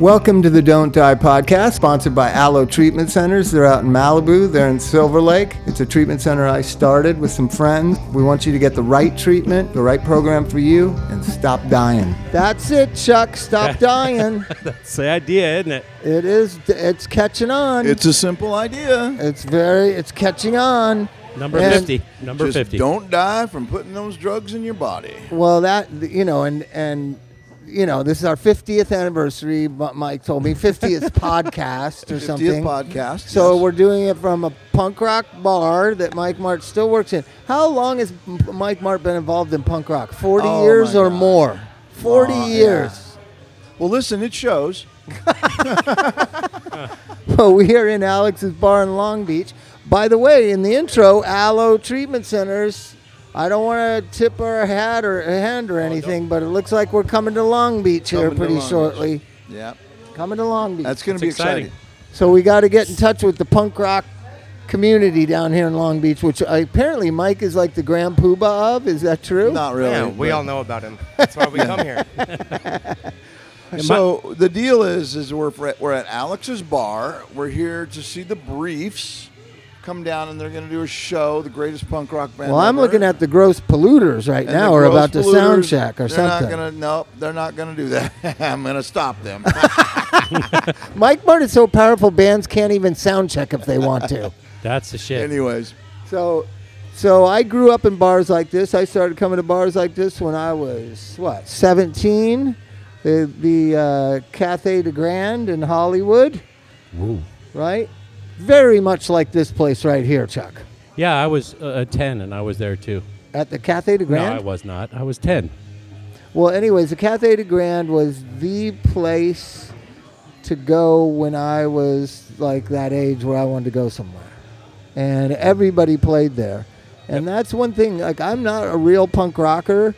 Welcome to the Don't Die podcast, sponsored by Aloe Treatment Centers. They're out in Malibu, they're in Silver Lake. It's a treatment center I started with some friends. We want you to get the right treatment, the right program for you, and stop dying. That's it, Chuck. Stop dying. It's the idea, isn't it? It is, it's catching on. It's a simple idea. It's very, it's catching on. Number And- 50. Number Just 50. don't die from putting those drugs in your body. Well, that you know, and and you know, this is our 50th anniversary. but Mike told me 50th podcast or 50th something. podcast. So yes. we're doing it from a punk rock bar that Mike Mart still works in. How long has M- Mike Mart been involved in punk rock? 40 Oh, years my or God. more. 40 Long, yeah. years. well. Listen, it shows. Well, we are in Alex's bar in Long Beach. By the way, in the intro, Aloe Treatment Centers. I don't want to tip our hat or hand or anything, but it looks like we're coming to Long Beach here Oh, Coming to pretty Long Beach. shortly. Yeah, Coming to Long Beach. that's going That's to be exciting. exciting. so we got to get in touch with the punk rock community down here in Long Beach, which I, apparently Mike is like the grand poobah of. Is that true? Not really. Yeah, we but- all know about him. That's why we come here. So the deal is, is we're fr- we're at Alex's bar. We're here to see the Briefs come down, and they're going to do a show, the greatest punk rock band. Well, I'm ever. looking at the gross polluters right And now, the or Gross about to sound Polluters, check or they're something. Not gonna, nope, they're not going to do that. I'm going to stop them. Mike Mart is so powerful, bands can't even sound check if they want to. That's the shit. Anyways, so, so I grew up in bars like this. I started coming to bars like this when I was what 17. The the uh, Cathay de Grand in Hollywood. Woo. right? Very much like this place right here, Chuck, Yeah, I was uh, 10 and I was there too. at the Cathay de Grand. No, I was not. I was 10. Well, anyways, the Cathay de Grand was the place to go when I was like that age where I wanted to go somewhere. And everybody played there. And that's one thing, like, I'm not a real punk rocker,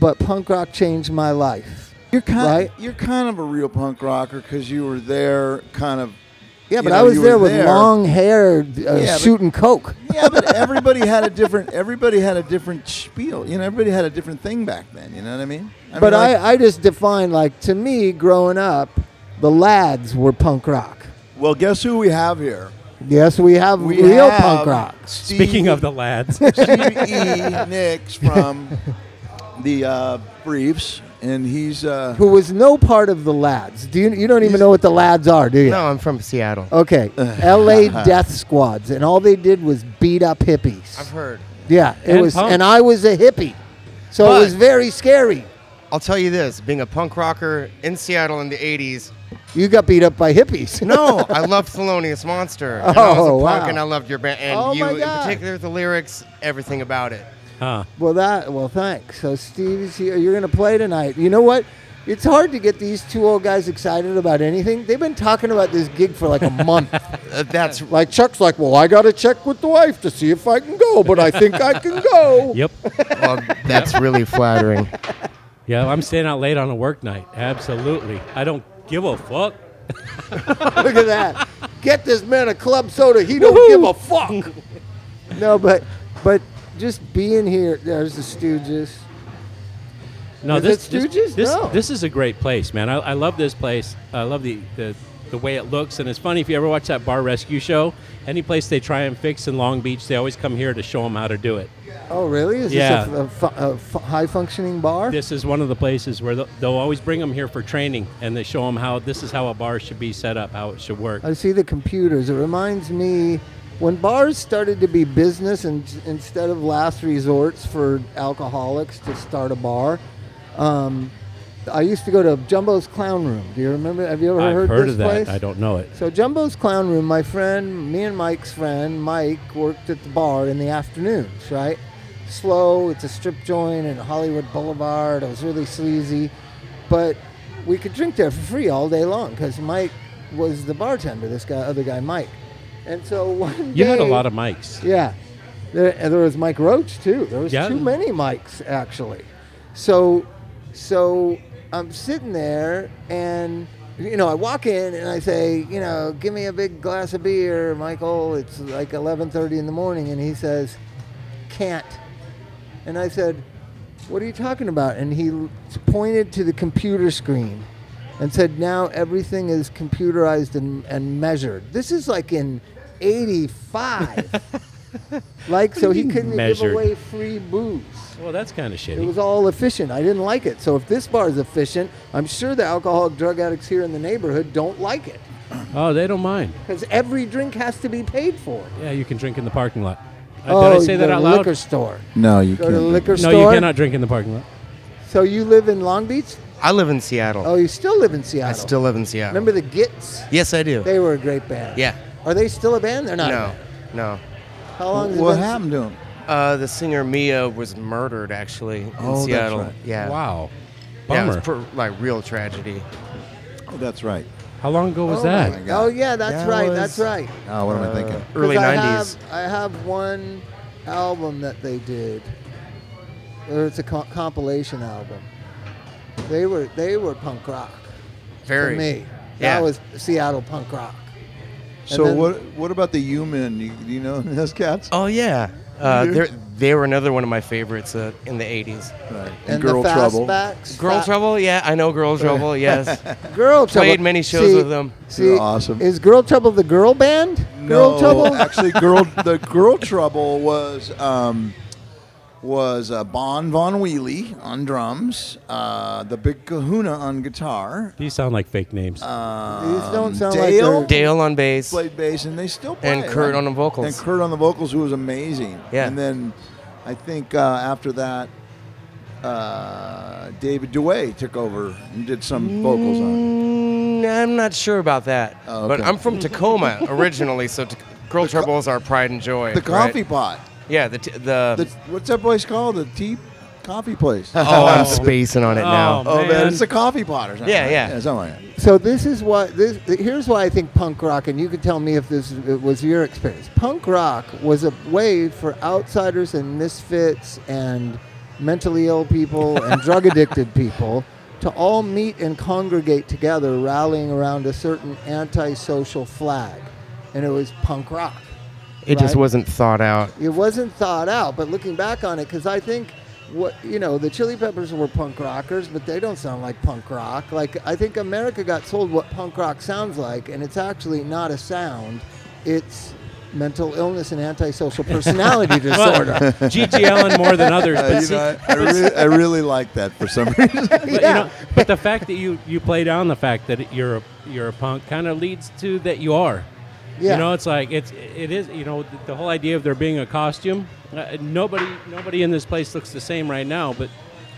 but punk rock changed my life. you're kind Right. you're kind of a real punk rocker because you were there, kind of. Yeah, you but know, I was you were there with there. long hair uh, Yeah, but- shooting coke. Yeah, but everybody had a different. Everybody had a different spiel. You know, everybody had a different thing back then. You know what I mean? I but mean, like- I, I just define, like, to me, growing up, the lads were punk rock. well, guess who we have here? Yes, we have We real have punk rocks. Steve- Speaking of the lads, Steve E. Nicks from the uh, Briefs, and he's uh, Who was no part of the lads? Do you you don't even know what the lads are, do you? No, I'm from Seattle. Okay, L.A. death squads, and all they did was beat up hippies. I've heard. Yeah, it And was, punks. and I was a hippie, so it was But- very scary. I'll tell you this: being a punk rocker in Seattle in the '80s, You got beat up by hippies. no, I loved Thelonious Monster. And I was Oh, a punk, wow. and I loved your band, and Oh, you my in God. particular, the lyrics, everything about it. huh? Well, that well, thanks. So Steve's here. You're gonna play tonight. You know what? It's hard to get these two old guys excited about anything. They've been talking about this gig for like a month. Uh, that's like Chuck's like, well, I gotta check with the wife to see if I can go, but I think I can go. Yep. well, that's really flattering. Yeah, I'm staying out late on a work night. Absolutely. I don't give a fuck. Look at that. Get this man a club soda. He don't give a fuck. no, but but just being here. There's the Stooges. No, Is this, it this- Stooges? this No. this is a great place, man. I, I love this place. I love the, the the way it looks, and it's funny if you ever watch that bar rescue show. Any place they try and fix in Long Beach, they always come here to show them how to do it. Oh, really? Is Yeah. this a, fu- a, fu- a fu- high functioning bar? This is one of the places where they'll, they'll always bring them here for training, and they show them how this is how a bar should be set up, how it should work. I see the computers. It reminds me when bars started to be business and instead of last resorts for alcoholics to start a bar. Um, I used to go to Jumbo's Clown Room. Do you remember? Have you ever I've heard, heard this of that. place? I don't know it. So Jumbo's Clown Room, my friend, me and Mike's friend, Mike worked at the bar in the afternoons, right? Slow, it's a strip joint in Hollywood Boulevard. It was really sleazy, but we could drink there for free all day long because Mike was the bartender. This guy, other guy, Mike, and so one You had a day- lot of mics. yeah. There, and there was Mike Roach too. There was Yeah. too many mics actually. So so I'm sitting there and you know, I walk in and I say, you know, give me a big glass of beer, Michael. It's like 11:30 in the morning and he says, "Can't." And I said, "What are you talking about?" And he l- pointed to the computer screen and said now everything is computerized and, and measured. This is like in 85. like, so do you he mean couldn't measured? give away free booze. Well, that's kind of It shitty. was all efficient. I didn't like it. So if this bar is efficient, I'm sure the alcoholic drug addicts here in the neighborhood don't like it oh, they don't mind. because every drink has to be paid for. Yeah, you can drink in the parking lot. Uh, oh, did I say that the out loud? Liquor store. No, you Go to the liquor no, store. you cannot drink in the parking lot. So you live in Long Beach? I live in Seattle. Oh, you still live in Seattle. I still live in Seattle. remember the Gits. Yes, I do. They were a great band. Yeah. Are they still a band? They're not. a no, band. no. How long? has it What been- happened to him? Uh, the singer Mia was murdered actually in Oh, that's Seattle. right. Yeah. Wow. Yeah, it Bummer. was pr- like real tragedy. Oh, that's right. How long ago was Oh, that? my God. Oh yeah, that's That right. was- That's right. 'Cause Oh, what am I Uh, thinking? Early I 90s. Have, I have one album that they did. Or it's a co- compilation album. They were they were punk rock. Very. To me, Yeah. that was Seattle punk rock. So then- what? What about the human? You, do you know those cats? Oh yeah. Uh, You do? they're- they were another one of my favorites uh, in the 80s. Right. And Girl the Trouble. Fastbacks. Girl Fa- Trouble, yeah, I know Girl Trouble, yes. Girl Trouble. Played many shows See- with them. See, awesome. Is Girl Trouble the girl band? No, Girl Trouble. actually, girl. The girl trouble was um, was uh, Bon Von Wheely on drums, uh, the Big Kahuna on guitar. These sound like fake names. These don't um, sound Dale? like they're- Dale on bass. Played bass, and they still play. And Kurt on the vocals. And Kurt on the vocals, who was amazing. Yeah. And then I think uh, after that, uh, David Dewey took over and did some vocals on. it. Mm, I'm not sure about that. Oh, But okay. I'm from Tacoma originally, so t- Girl Trouble is our pride and joy. The right? coffee pot. Yeah, the. T- the, The, what's that place called? The tea coffee place. oh, I'm spacing on it Oh, now. Oh man, Man. it's a coffee pot or something. Yeah, right? yeah. something like that. So this is why this here's why I think punk rock and you could tell me if this was your experience. Punk rock was a way for outsiders and misfits and mentally ill people and drug addicted people to all meet and congregate together rallying around a certain antisocial flag. And it was punk rock. It just Right. wasn't thought out. It wasn't thought out, but looking back on it, because I think what you know, the Chili Peppers were punk rockers, but they don't sound like punk rock. Like I think America got sold what punk rock sounds like, and it's actually not a sound; it's mental illness and antisocial personality well, disorder. G.G. Allen more than others, Uh, but you see, know, I, I, really, I really like that for some reason. but, you know, but the fact that you you play down the fact that you're a, you're a punk kind of leads to that you are. Yeah. You know, it's like it's it is. You know, the, the whole idea of there being a costume. Uh, nobody nobody in this place looks the same right now, but.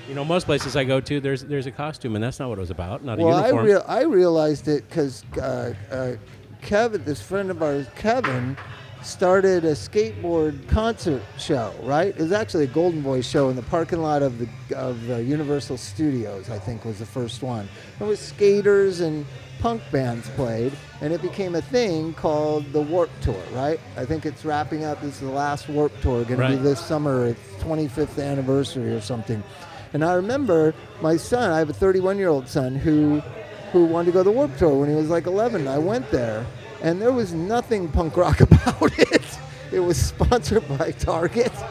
You know, most places I go to, there's there's a costume, and that's not what it was about. Not well, I a uniform. real I realized it because uh, uh, Kevin, this friend of ours, Kevin, started a skateboard concert show. Right, it was actually a Golden Boy show in the parking lot of the of the Universal Studios. I think was the first one. It was skaters and punk bands played, and it became a thing called the Warp Tour. Right, I think it's wrapping up. This is the last Warp Tour. Going to Right. be this summer, its 25th anniversary or something. And I remember my son, I have a 31 year old son who, who wanted to go to the Warp Tour when he was like 11. I went there, and there was nothing punk rock about it. It was sponsored by Target.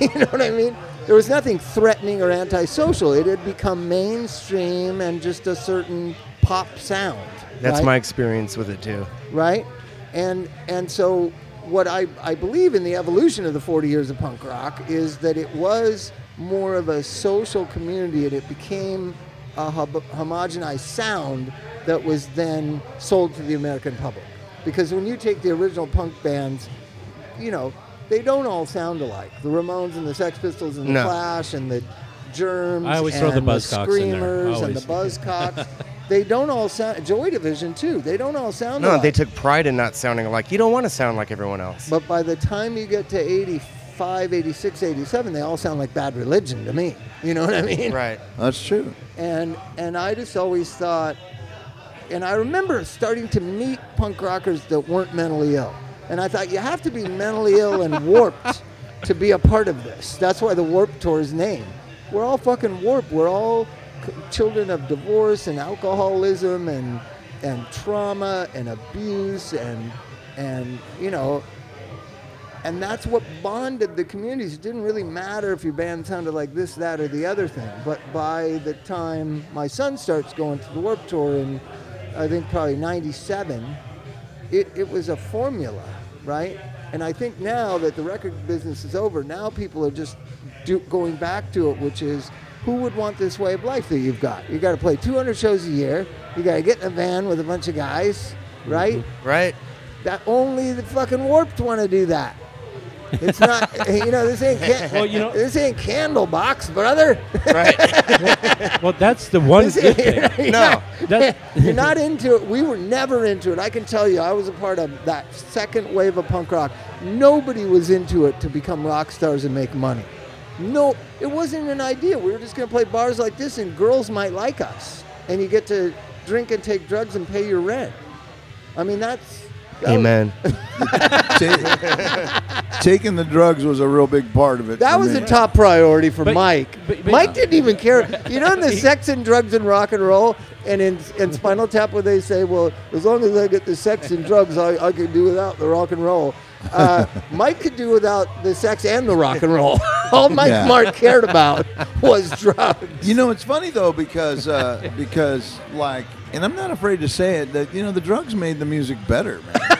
You know what I mean? There was nothing threatening or antisocial. It had become mainstream and just a certain pop sound. That's right? my experience with it too. right? And and so what I, I believe in the evolution of the 40 years of punk rock is that it was more of a social community and it became a hob- homogenized sound that was then sold to the American public. Because when you take the original punk bands, you know, they don't all sound alike. The Ramones and the Sex Pistols and the No. Clash and the Germs I always throw the and Buzzcocks in there. Screamers and the Always. Buzzcocks. they don't all sound Joy Division too. They don't all sound No, alike. they took pride in not sounding alike. You don't want to sound like everyone else. but by the time you get to 85, 86, 87, they all sound like Bad Religion to me. You know what I mean? right. That's true. And and I just always thought and I remember starting to meet punk rockers that weren't mentally ill. And I thought you have to be mentally ill and warped to be a part of this. That's why the Warp Tour's name. We're all fucking warped. We're all c- children of divorce and alcoholism and and trauma and abuse and and you know And that's what bonded the communities. It didn't really matter if your band sounded like this, that, or the other thing. But by the time my son starts going to the Warp Tour in, I think, probably 97, it, it was a formula, right? And I think now that the record business is over, now people are just do, going back to it, which is who would want this way of life that you've got? You got to play 200 shows a year. You got to get in a van with a bunch of guys, right? Right? That only the fucking warped want to do that. It's not, you know, this ain't can- Well, you know- this ain't candle box, brother. Right. Well, that's the one This good ain't- thing. you're No. not- That- you're not into it. We were never into it. I can tell you, I was a part of that second wave of punk rock. Nobody was into it to become rock stars and make money. No, it wasn't an idea. We were just going to play bars like this, and girls might like us, and you get to drink and take drugs and pay your rent. I mean, that's that was- Amen. Ta- taking the drugs was a real big part of it. That for was me. a top priority for But- Mike. but- but- Mike didn't even care. You know, in the sex and drugs and rock and roll and in, in Spinal Tap, where they say, well, as long as I get the sex and drugs, I, I can do without the rock and roll. Uh, Mike could do without the sex and the rock and roll. All Mike Yeah. Mart cared about was drugs. You know, it's funny though because uh, because like, and I'm not afraid to say it that you know the drugs made the music better, man.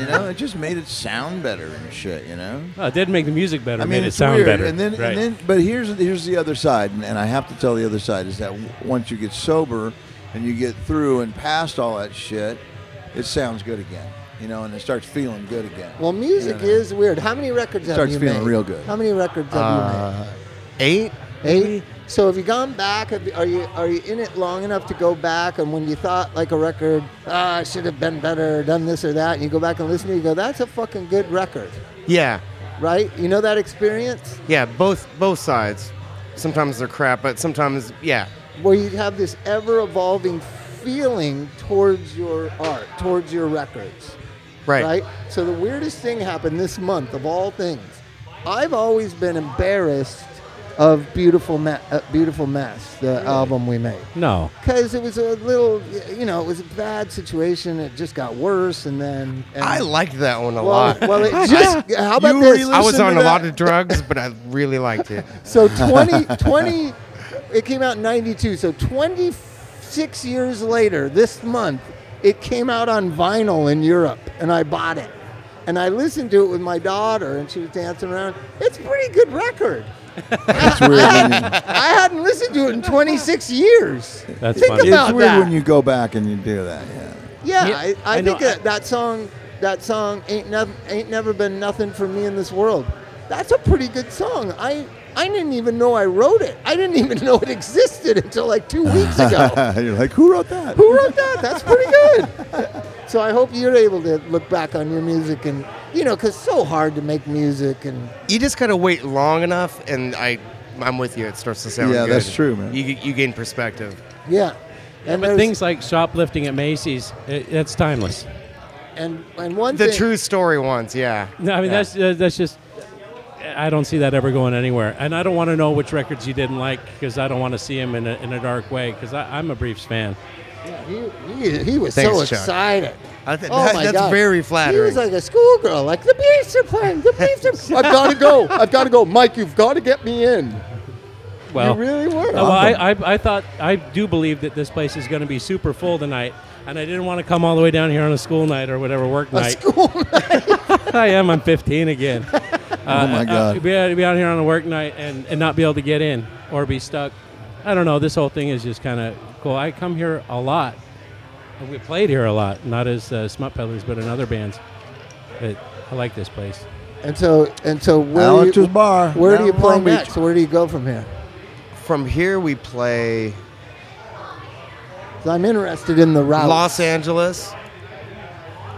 you know, it just made it sound better and shit. You know. Oh, it did make the music better. I made mean, it it's sound weird. better. And then, Right. and then, but here's here's the other side, and, and I have to tell the other side is that w- once you get sober and you get through and past all that shit, it sounds good again, you know, and it starts feeling good again. Well, music You know? is weird. How many records have Starts you feeling made? real good. How many records have Uh, eight? you made? Eight. So have you gone back? Have you, are you are you in it long enough to go back? And when you thought like a record, ah, I should have been better, or done this or that, and you go back and listen to, it, you go, that's a fucking good record, Yeah. right? You know that experience Yeah, both both sides. Sometimes they're crap, but sometimes yeah. where you have this ever evolving feeling towards your art, towards your records. Right. right. So the weirdest thing happened this month of all things. I've always been embarrassed of beautiful Ma- uh, beautiful mess, the album we made. no. Because it was a little, y- you know, it was a bad situation. It just got worse, and then and I liked that one a well, lot. Well, it just how about You this? really I was listen on to a lot that. of drugs, but I really liked it. So 20, 20 it came out in 92. So 26 years later, this month, it came out on vinyl in Europe, and I bought it. And I listened to it with my daughter, and she was dancing around. It's a pretty good record. It's weird. when you, I hadn't listened to it in 26 years. That's Think funny. about it's weird that. when you go back and you do that. Yeah. Yeah, Yeah, I, I, I know, think I- that, that song, that song ain't nothing, ain't never been nothing for me in this world. That's a pretty good song. I I didn't even know I wrote it. I didn't even know it existed until like two weeks ago. You're like, who wrote that? Who wrote that? That's pretty good. So I hope you're able to look back on your music and you know, 'cause it's so hard to make music and You just gotta wait long enough, and I, I'm with you. It starts to sound. Yeah, good. that's true, man. You you gain perspective. yeah, and But there's- things like shoplifting at Macy's, it, that's timeless. and and one The thing, true story once, yeah. No, I mean Yeah. that's uh, that's just. I don't see that ever going anywhere, and I don't want to know which records you didn't like because I don't want to see them in a, in a dark way because I'm a Briefs fan. He, he, he was Thanks, so Chuck. excited. I thi- oh that- my that's God. very He flattering. was like a schoolgirl, like the Beast are playing. The Beast are. I've got to go. I've got to go, Mike. You've got to get me in. Well, uh, you really were. Oh. well, I, I I thought I do believe that this place is going to be super full tonight, and I didn't want to come all the way down here on a school night or whatever work A night. school. I am. I'm 15 again. oh my Uh, God. be, out, be out here on a work night and, and not be able to get in or be stuck. I don't know. This whole thing is just kind of cool. I come here a lot. And we played here a lot, not as uh, Smut Peddlers, but in other bands. But I like this place. and so and so where do Alex's you, Bar, Where do down you in play Long Beach. next? Where do you go from here? From here, we play 'Cause I'm interested in the Uh, route. Los Angeles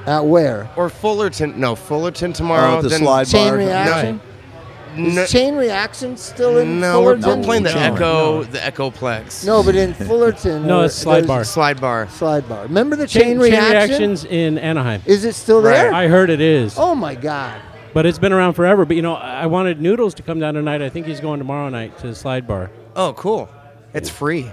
At where? or Fullerton. No, Fullerton tomorrow. Oh, the then slide Chain bar. reaction. No, Is chain reaction still in no, we're, Fullerton? we're playing the No, Echo, the Echoplex. No, but in Fullerton. No, or- it's slide there's bar. slide bar. Slide bar. Remember the chain, reaction? Reactions in Anaheim. Is it still Right. there? I heard it is, oh my God. but it's been around forever. But you know, I I wanted Noodles to come down tonight. I think he's going tomorrow night to the slide bar. Oh, cool. It's free.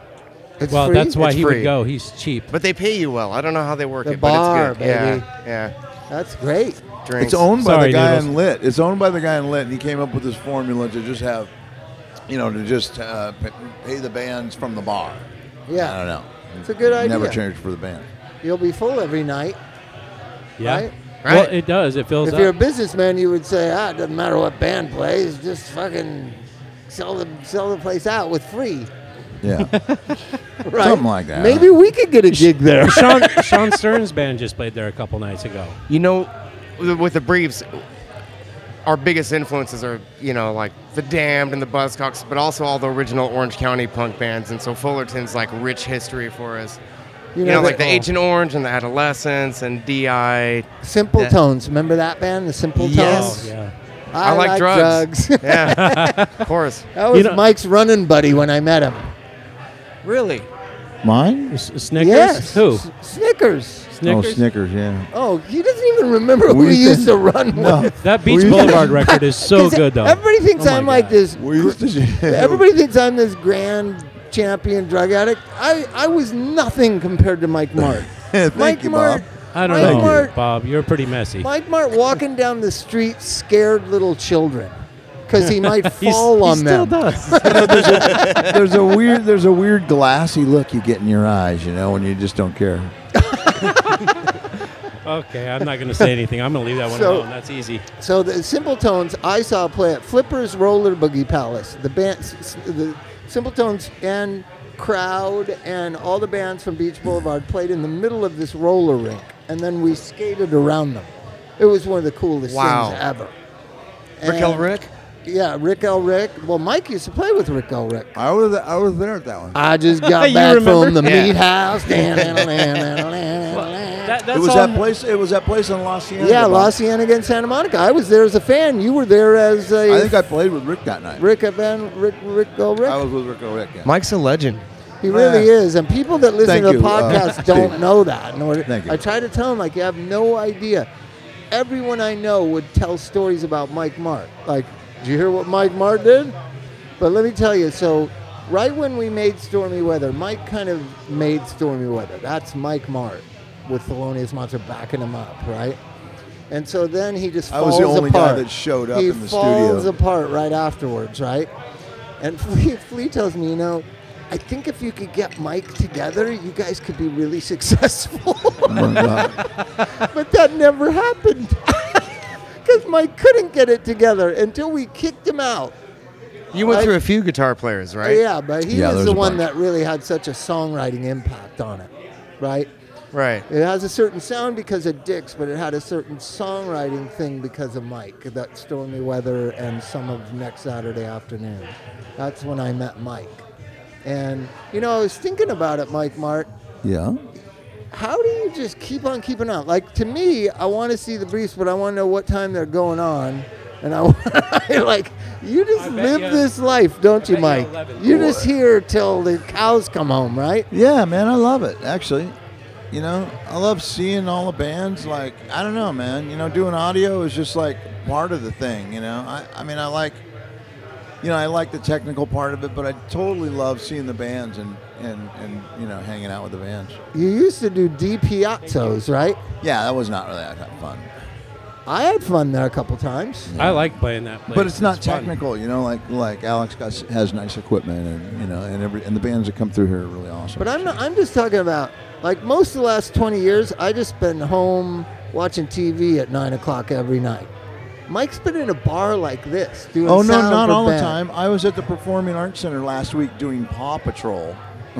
It's well, free? that's why It's he free. would go. He's cheap. But they pay you well. I don't know how they work The it, bar, but it's good. baby. Yeah, That's great. yeah. It's Drinks. owned by Sorry, the guy Noodles. in lit. It's owned by the guy in lit, and he came up with this formula to just have, you know, to just uh, p- pay the bands from the bar. I don't Yeah. know. It's a good Never idea. changed for the band. You'll be full every night. yeah. Right? Well, Right. it does. It fills If up. you're a businessman, you would say, ah, it doesn't matter what band plays, just fucking sell the sell the place out with free. Yeah, Right? Something like that. Maybe we could get a gig there. Sean Sean Stern's band just played there a couple nights ago. You know, with with the Briefs, our biggest influences are, you know, like the Damned and the Buzzcocks, but also all the original Orange County punk bands. And so Fullerton's like rich history for us. You know, like the Agent Orange and the Adolescents and DI. Simple Yeah. Tones. Remember that band, the Simple Yes. Oh, Tones? yeah. I, like, drugs. drugs. yeah, of course. that was You know- Mike's running buddy when I met him. Really? mine. S- Snickers. Yes. Who? S- Snickers. Snickers. Oh, Snickers. Yeah. Oh, he doesn't even remember who We he used didn't- to run with. That Beach We used to- Boulevard record is so 'Cause good though. Everybody thinks Oh my I'm like God. this. We used to. Everybody thinks I'm this grand champion drug addict. I, I was nothing compared to Mike Mart. Thank Mike you, Mart. Bob. I don't Mike know, Mart, Bob. You're pretty messy. Mike Mart walking down the street scared little children because he might He's- fall he on still them. does. there's a weird, there's a weird glassy look you get in your eyes, you know, when you just don't care. okay, I'm not going to say anything. I'm going to leave that one So- alone. That's easy. So the Simple Tones I saw play at Flippers Roller Boogie Palace. The band, s- s- the Simple Tones and crowd and all the bands from Beach Boulevard played in the middle of this roller rink, and then we skated around them. It was one of the coolest Wow. things ever. Rick L. And- Rick? Yeah, Rick L. Rick. Well, Mike used to play with Rick L. Rick. I was, I was there at that one. I just got You back from remember? the Yeah. meat house. That, that's it was all- that place. It was that place in Los Angeles. yeah, Los Angeles and Santa Monica. I was there as a fan. You were there as a I think I played with Rick that night. Rick Evan, Rick, Rick, oh, Rick. I was with Rick. Rick. Yeah. Mike's a legend. he really Yeah. is. And people that listen Thank to the you, uh, podcast Steve. don't know that. And we're- Thank you. I try to tell them, like, you have no idea. Everyone I know would tell stories about Mike Mart. Like, did you hear what Mike Mart did? But let me tell you, so right when we made Stormy Weather, Mike kind of made Stormy Weather. That's Mike Mart with Thelonious Monster backing him up, right? And so then he just I falls was the only guy apart. that showed up he in the falls studio. apart right afterwards, right? And Flea, Flea tells me, you know, I think if you could get Mike together, you guys could be really successful. Uh, but that never happened because Mike couldn't get it together until we kicked him out. You went Right. through a few guitar players, right? Yeah, but he Yeah, was there's the a one bunch. that really had such a songwriting impact on it, right? Right. It has a certain sound because of Dix, but it had a certain songwriting thing because of Mike. That stormy weather and some of next Saturday afternoon. That's when I met Mike. And you know, I was thinking about it, Mike Mart. Yeah. How do you just keep on keeping on? Like to me, I want to see the briefs, but I want to know what time they're going on. And I like you I just bet live you- this life, don't you, bet you Mike? 11. You're just here till the cows come home, right? Yeah, man, I love it. Actually, you know, I love seeing all the bands. Like, I don't know, man. You know, doing audio is just like part of the thing. You know, I, I mean, I like, you know, I like the technical part of it, but I totally love seeing the bands and and and you know, hanging out with the bands. You used to do D piazzos, right? Yeah, that was not really that fun, I had fun there a couple times. I like playing that place. but it's not fun. technical. You know, like like Alex got, has nice equipment, and you know, and every and the bands that come through here are really awesome. But I'm not, I'm just talking about like most of the last 20 years. I just been home watching TV at nine o'clock every night. Mike's been in a bar like this doing. Oh no, sound not for all band. the time. I was at the Performing Arts Center last week doing Paw Patrol.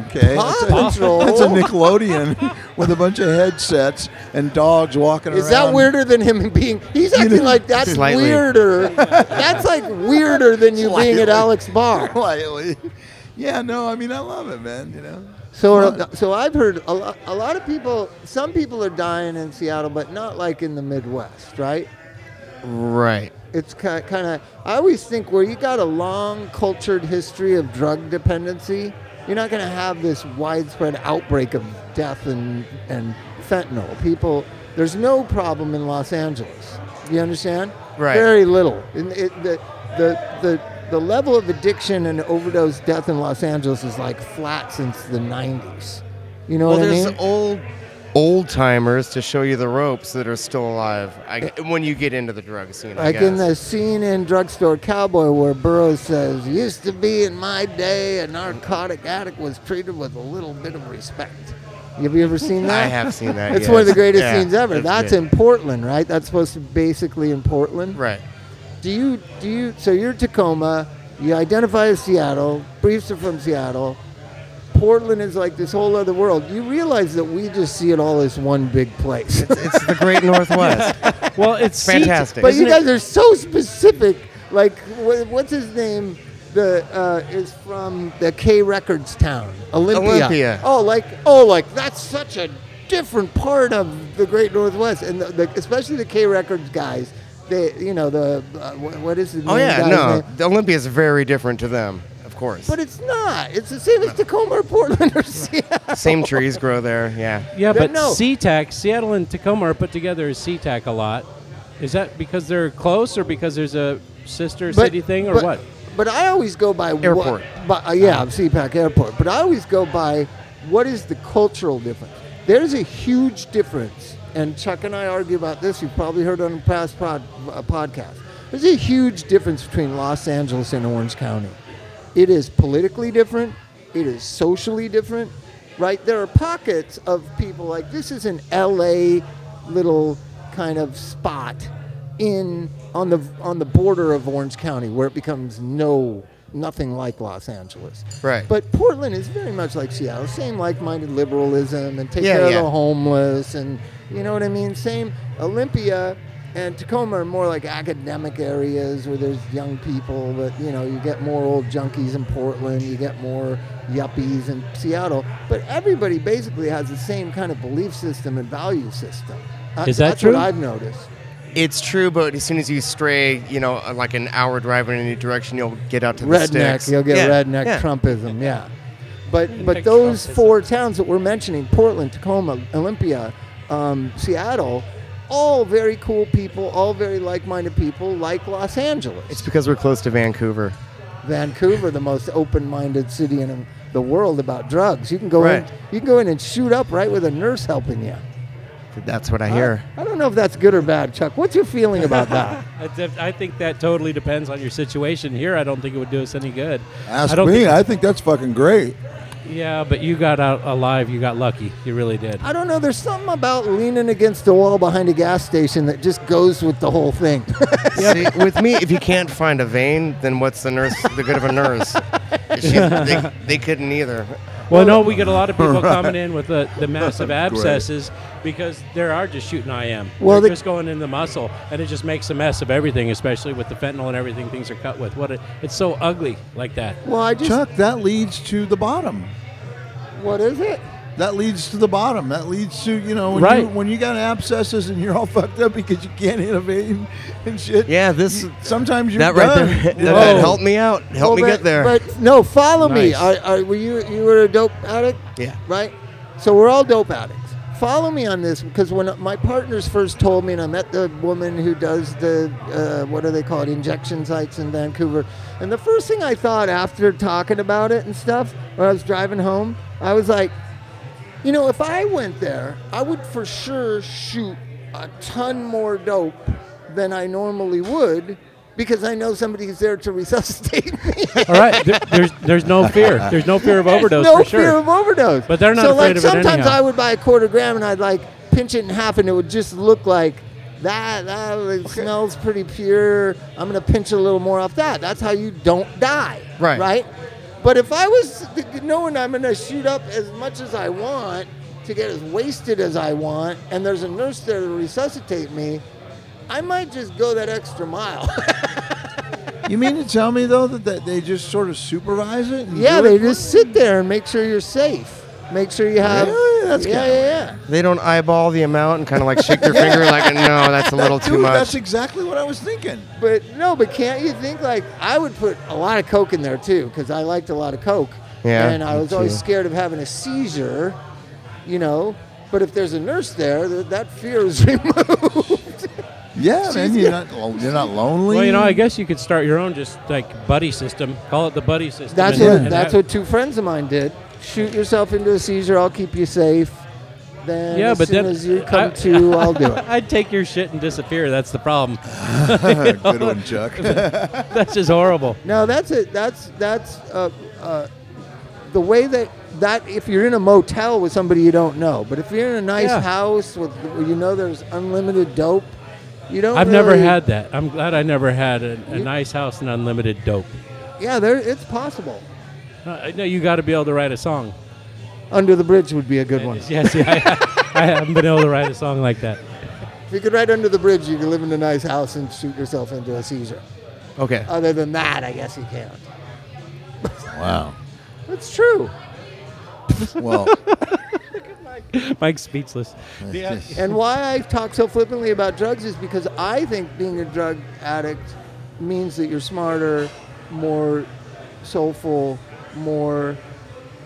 Okay, Paw that's a- Patrol? That's a Nickelodeon with a bunch of headsets and dogs walking around. Is that weirder than him being? He's acting like that's Slightly. weirder. that's like weirder than you being at Slightly. Alex Bar. Slightly. Yeah, no, I mean I love it, man. You know. So, uh, so I've heard a lot, a lot of people. Some people are dying in Seattle, but not like in the Midwest, right? Right. it's kind of i always think where you got a long cultured history of drug dependency you're not going to have this widespread outbreak of death and, and fentanyl people there's no problem in los angeles you understand Right. very little in it, the, the, the the level of addiction and overdose death in Los Angeles is like flat since the 90s. You know Well, what I there's mean? old old timers to show you the ropes that are still alive. I, when you get into the drug scene, I Like guess. in the scene in Drugstore Cowboy where Burroughs says, used to be in my day a narcotic addict was treated with a little bit of respect. Have you ever seen that? I have seen that. It's yes. one of the greatest Yeah, scenes ever. That's good. in Portland, right? That's supposed to be basically in Portland. right. Do you do you so you're Tacoma, you identify as Seattle, briefs are from Seattle. Portland is like this whole other world. You realize that we just see it all as one big place. It's the Great Northwest. Well, it's seats- Fantastic. but you isn't it- guys are so specific. Like wha- what's his name? The uh, is from the K Records town, Olympia. Olympia. Oh, like oh, like that's such a different part of the Great Northwest, and the, the, especially the K Records guys. They, you know, the uh, what, what is the name oh yeah, guy's no, name? the Olympia is very different to them, of course. But it's not. It's the same as Tacoma or Portland or Seattle. Same trees grow there. Yeah. Yeah, There- but no. SeaTac, Seattle and Tacoma are put together as SeaTac a lot. Is that because they're close or because there's a sister But- city thing or but- what? But I always go by what- Airport. by, uh, yeah, CPAC Airport. But I always go by what is the cultural difference. There's a huge difference, and Chuck and I argue about this. You've probably heard on a past pod, uh, podcast. There's a huge difference between Los Angeles and Orange County. It is politically different. It is socially different, right? There are pockets of people like this is an LA little kind of spot in on the on the border of Orange County where it becomes no nothing like Los Angeles. Right. But Portland is very much like Seattle, same like-minded liberalism and take Yeah, care of yeah. the homeless and you know what I mean. Same Olympia and Tacoma are more like academic areas where there's young people, but you know you get more old junkies in Portland, you get more yuppies in Seattle. But everybody basically has the same kind of belief system and value system. Uh, Is that that's true? What I've noticed. It's true, but as soon as you stray, you know, uh, like an hour drive in any direction, you'll get out to the redneck. sticks. You'll get Yeah, redneck yeah. Trumpism. Yeah, but but Big those Trumpism. four towns that we're mentioning: Portland, Tacoma, Olympia, um, Seattle. All very cool people, all very like-minded people, like Los Angeles, It's because we're close to Vancouver. Vancouver, the most open-minded city in the world about drugs. You can go in, Right. you can go in and shoot up right with a nurse helping you. That's what I hear. I, I don't know if that's good or bad, Chuck. What's your feeling about that? I def- I think that totally depends on your situation. Here, I don't think it would do us any good. Ask I don't me. think- I think that's fucking great. yeah, but you got out alive. You got lucky. You really did. I don't know. There's something about leaning against the wall behind a gas station that just goes with the whole thing. See, with me, if you can't find a vein, then what's the nurse? The good of a nurse? She- they, they couldn't either. Well, no, we get a lot of people coming in with the, the massive abscesses because they are just shooting IM. Well, Well, the- they're just going in the muscle, and it just makes a mess of everything, especially with the fentanyl and everything things are cut with. What a, it's so ugly like that. Well, I just Chuck, that leads to the bottom. what is it? That leads to the bottom. That leads to you know when you Right. when you got abscesses and you're all fucked up because you can't innovate and, and shit. Yeah, this- you- sometimes you're that right done. there. Whoa. That help me out. Help me but, get there. But no, follow me. Nice. I, I, were you you were a dope addict? Yeah. Right. So we're all dope addicts. Follow me on this because when my partners first told me, and I met the woman who does the uh, what do they call it injection sites in Vancouver, and the first thing I thought after talking about it and stuff when I was driving home, I was like, you know, if I went there, I would for sure shoot a ton more dope than I normally would because I know somebody's there to resuscitate me. All right, there, there's there's no fear. There's no fear of overdose no for sure. fear of overdose. But they're not so afraid like of it sometimes anyhow. I would buy a quarter gram and I'd like pinch it in half and it would just look like that. That it smells pretty pure. I'm gonna pinch a little more off that. That's how you don't die. Right. Right. But if I was th- knowing I'm gonna shoot up as much as I want to get as wasted as I want, and there's a nurse there to resuscitate me. I might just go that extra mile. You mean to tell me though that, that they just sort of supervise it? And yeah, do they it? just sit there and make sure you're safe. Make sure you have. Really? That's yeah, kinda- yeah, yeah. they don't eyeball the amount and kind of like shake their finger, like, no, that's a little too Dude, that's much. exactly what I was thinking. But no, but can't you think like I would put a lot of coke in there too because I liked a lot of coke. Yeah, And I me was always too. scared of having a seizure, you know. But if there's a nurse there, th- that fear is removed. Yeah, man. You're not, lo- you're not lonely. Well, you know, I guess you could start your own just like buddy system. Call it the buddy system. That's and- what and that's that- what two friends of mine did. Shoot yourself into a seizure. I'll keep you safe. Then Yeah, as but soon then as you come I- to, I'll do it. I'd take your shit and disappear. That's the problem. Good one, Chuck. That's just horrible. No, that's it. That's that's uh, uh, the way that that if you're in a motel with somebody you don't know, but if you're in a nice Yeah. house with where you know there's unlimited dope, you don't. I've never really- had that. I'm glad I never had a, a You- nice house and unlimited dope. Yeah, there it's possible. Uh, no, you got to be able to write a song. Under the bridge would be a good one. Yes, yeah, I, I haven't been able to write a song like that. If you could ride under the bridge, you could live in a nice house and shoot yourself into a seizure. Okay. Other than that, I guess you can't. wow. That's true. Well, Mike's speechless. Yeah. And why I talk so flippantly about drugs is because I think being a drug addict means that you're smarter, more soulful, more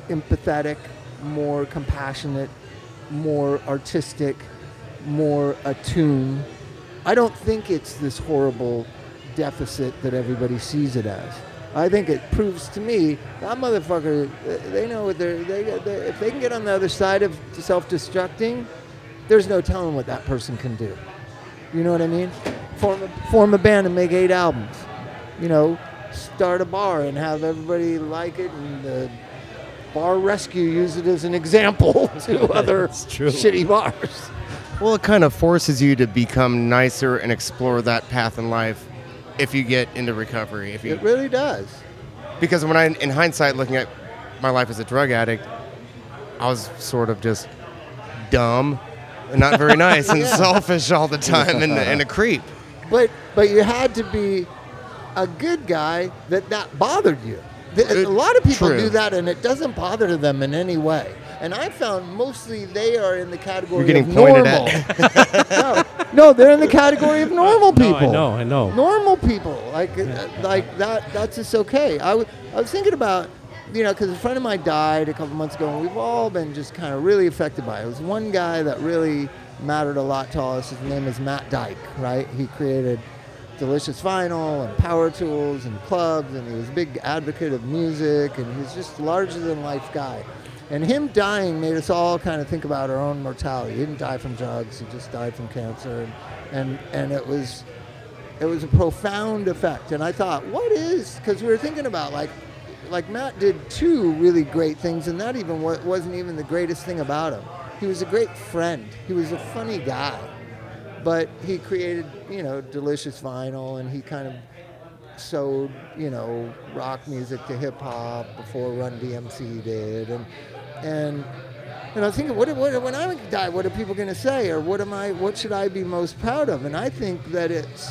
empathetic, more compassionate, more artistic, more attuned. I don't think it's this horrible deficit that everybody sees it as. I think it proves to me that motherfucker. uh, They know what they're. They, they, if they can get on the other side of self-destructing, there's no telling what that person can do. You know what I mean? Form a, form a band and make eight albums. You know, start a bar and have everybody like it, and the bar rescue use it as an example to other It's true. shitty bars. Well, it kind of forces you to become nicer and explore that path in life if you get into recovery. If you It really does. because when I, in hindsight, looking at my life as a drug addict, I was sort of just dumb, and not very nice, and selfish all the time, and, and a creep. But but you had to be a good guy that that bothered you. Th- A It- lot of people true. do that, and it doesn't bother them in any way. And I found mostly they are in the category You're getting of pointed normal. no, no, they're in the category of normal people. No, I know, I know. Normal people, like uh, like that. That's just okay. I was I was thinking about. You know, because a friend of mine died a couple months ago, and we've all been just kind of really affected by it. It was one guy that really mattered a lot to us. His name is Matt Dyke, right? He created Delicious Vinyl and Power Tools and clubs, and he was a big advocate of music, and he was just larger than life guy. And him dying made us all kind of think about our own mortality. He didn't die from drugs; he just died from cancer, and and, and it was it was a profound effect and i thought what is because we were thinking about like like matt did two really great things and that even wa- wasn't even the greatest thing about him he was a great friend he was a funny guy but he created you know delicious vinyl and he kind of sewed you know rock music to hip-hop before run dmc did and and and I was thinking, what, what, when I die, what are people going to say, or what am I, what should I be most proud of? And I think that it's,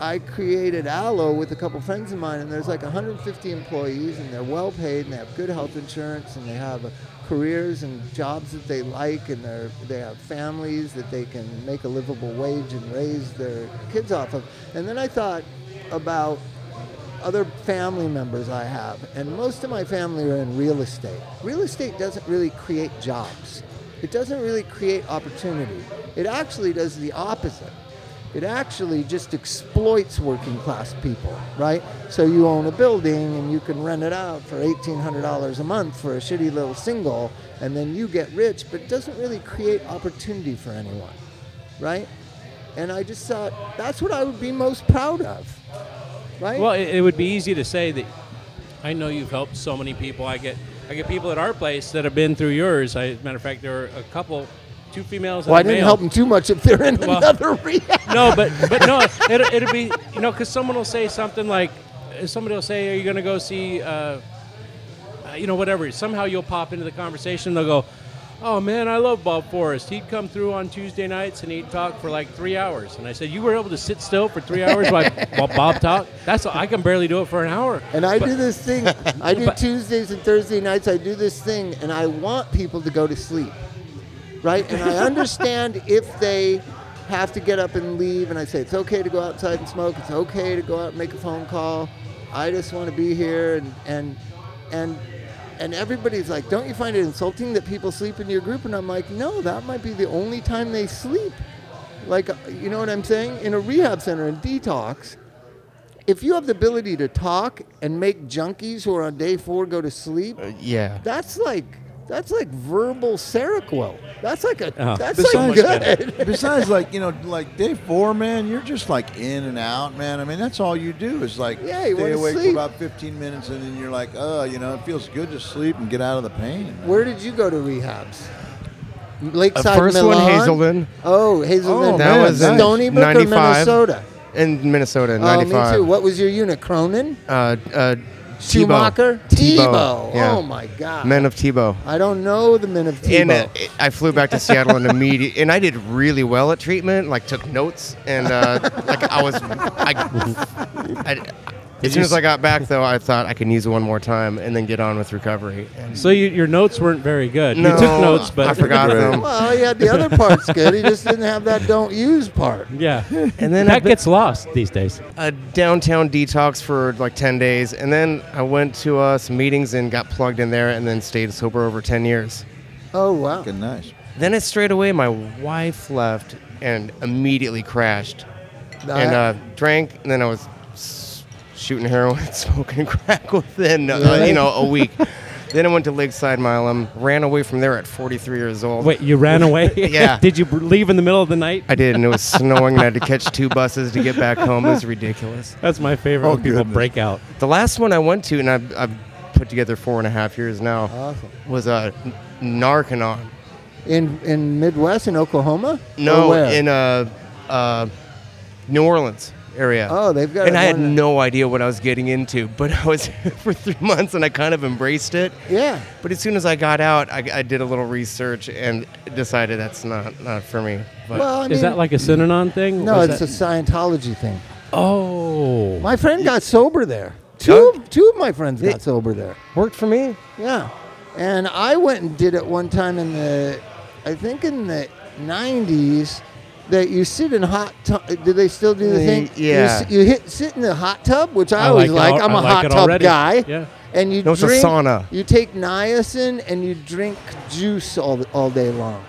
I created Aloe with a couple friends of mine, and there's like 150 employees, and they're well paid, and they have good health insurance, and they have uh, careers and jobs that they like, and they're, they have families that they can make a livable wage and raise their kids off of. And then I thought about other family members I have, and most of my family are in real estate. Real estate doesn't really create jobs. It doesn't really create opportunity. It actually does the opposite. It actually just exploits working class people, right? So you own a building and you can rent it out for $1,800 a month for a shitty little single, and then you get rich, but it doesn't really create opportunity for anyone, right? And I just thought that's what I would be most proud of, right? Well, it, it would be easy to say that I know you've helped so many people. I get I get people at our place that have been through yours. I, as a matter of fact, there were a couple, two females. Well, I and a didn't male. help them too much if they're in Well- another rehab. No, but but no, it, it'd be you know because someone will say something like somebody will say, "Are you going to go see?" Uh, uh, you know, whatever. Somehow you'll pop into the conversation. They'll go, "Oh man, I love Bob Forrest. He'd come through on Tuesday nights and he'd talk for like three hours." And I said, "You were able to sit still for three hours while, while Bob talked? That's I can barely do it for an hour." And I But- do this thing. I do But- Tuesdays and Thursday nights. I do this thing, and I want people to go to sleep, right? And I understand if they have to get up and leave, and I say it's okay to go outside and smoke. It's okay to go out and make a phone call. I just want to be here, and and and and everybody's like, "Don't you find it insulting that people sleep in your group?" And I'm like, "No, that might be the only time they sleep." Like, uh, you know what I'm saying? In a rehab center in detox, if you have the ability to talk and make junkies who are on day four go to sleep, Uh, yeah. that's like that's like verbal Seroquel. That's like a Oh, that's this is like much good. Besides, like you know, like day four, man, you're just like in and out, man. I mean, that's all you do is like Yeah, you stay wanna awake sleep. for about 15 minutes, and then you're like, oh, you know, it feels good to sleep and get out of the pain. man. Where did you go to rehabs? Lakeside, Uh, first one, Milan? Hazelden. Oh, Hazelden. Oh, That man, was in Stony Brook or 95. Minnesota? In Minnesota, in Oh, 95. me too. What was your unit? Cronin, Uh, uh, Tebow. Schumacher, Tebow. yeah. Oh my God. Men of Tebow. I don't know the men of Tebow. And uh, I flew back to Seattle and immediately, and I did really well at treatment. Like took notes, and uh, like I was, I, I- as soon as I got back though, I thought I can use it one more time and then get on with recovery. And So you, your notes weren't very good. No, you took notes, but I forgot them. well, he had the other parts good. He just didn't have that don't use part. Yeah, And then that I- gets lost these days. a downtown detox for like 10 days and then i went to uh, some meetings and got plugged in there and then stayed sober over 10 years Oh wow. Fucking nice. then it straight away my wife left and immediately crashed and uh, drank and then i was s- shooting heroin smoking crack within uh, Really? you know a week then i went to lakeside milam ran away from there at 43 years old Wait, you ran away? Yeah. Did you b- leave in the middle of the night? i did and it was snowing and i had to catch two buses to get back home it was ridiculous That's my favorite. Oh, when people goodness. break out. The last one I went to, and I've, I've put together four and a half years now, Awesome. was a Narcanon. In in Midwest in Oklahoma? Or No, where? in uh, uh, New Orleans area. Oh, they've got And I had one- no idea what I was getting into, but I was here for three months, and I kind of embraced it. yeah. But as soon as I got out, I, I did a little research and decided that's not not for me. But Well, I mean, Is that like a Synanon thing? no? Was It's that- a Scientology thing. oh. My friend got sober there. Two two of my friends got It- sober there. worked for me. Yeah. And I went and did it one time in the, I think in the 90s, that you sit in hot tub. Do they still do the Y- thing? Mm, yeah. You, s- you hit, sit in the hot tub, which I, I always like like. it al- I'm I a like hot it tub already. guy. Yeah. And you No, it's a drink, sauna. You take niacin and you drink juice all, all day long.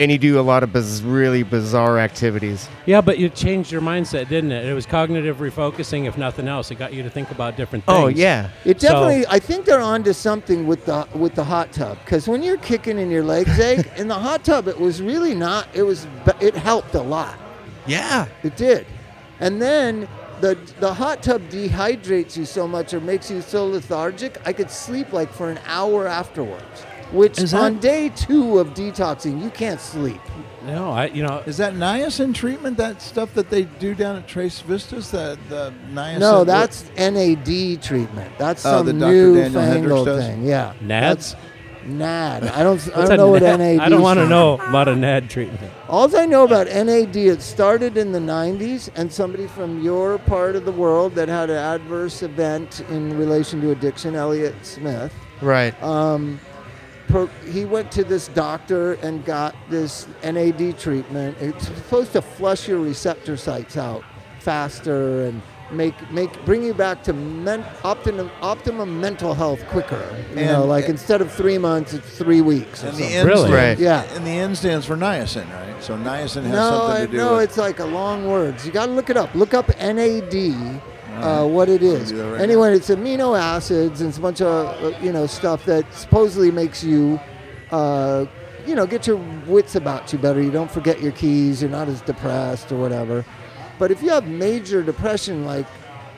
And you do a lot of biz- really bizarre activities. Yeah, but you changed your mindset, didn't it? It was cognitive refocusing, if nothing else. It got you to think about different things. Oh yeah. It So- definitely. I think they're onto something with the with the hot tub because when you're kicking and your legs ache in the hot tub, it was really not. It was. It helped a lot. Yeah. It did. And then the the hot tub dehydrates you so much or makes you so lethargic, I could sleep like for an hour afterwards. Which Is that- on day two of detoxing, you can't sleep. No, I, you know, Is that niacin treatment? That stuff that they do down at Trace Vistas? That the niacin? No, that's NAD treatment. That's Oh, some the Dr. new Daniel Hendricks fangled does? thing. Yeah. NADs? That's NAD. I don't. I What's don't a know what NAD? NAD. I don't want to stands know about a NAD treatment. All I know about NAD, it started in the 90s, and somebody from your part of the world that had an adverse event in relation to addiction, Elliot Smith, Right. um, pro- he went to this doctor and got this NAD treatment. It's supposed to flush your receptor sites out faster and make make bring you back to men- optimum optimum mental health quicker. You know, And- like instead of three months, it's three weeks. Or And the something. N Really? stands- Right. Yeah. And the N stands for niacin, right? So niacin has No, something I- to do no, with. it's like a long words. You got to look it up. Look up NAD, uh, what it is. Uh-huh. do that right anyway, it's amino acids and it's a bunch of uh, you know stuff that supposedly makes you, uh, you know, get your wits about you better. You don't forget your keys. You're not as depressed or whatever. But if you have major depression like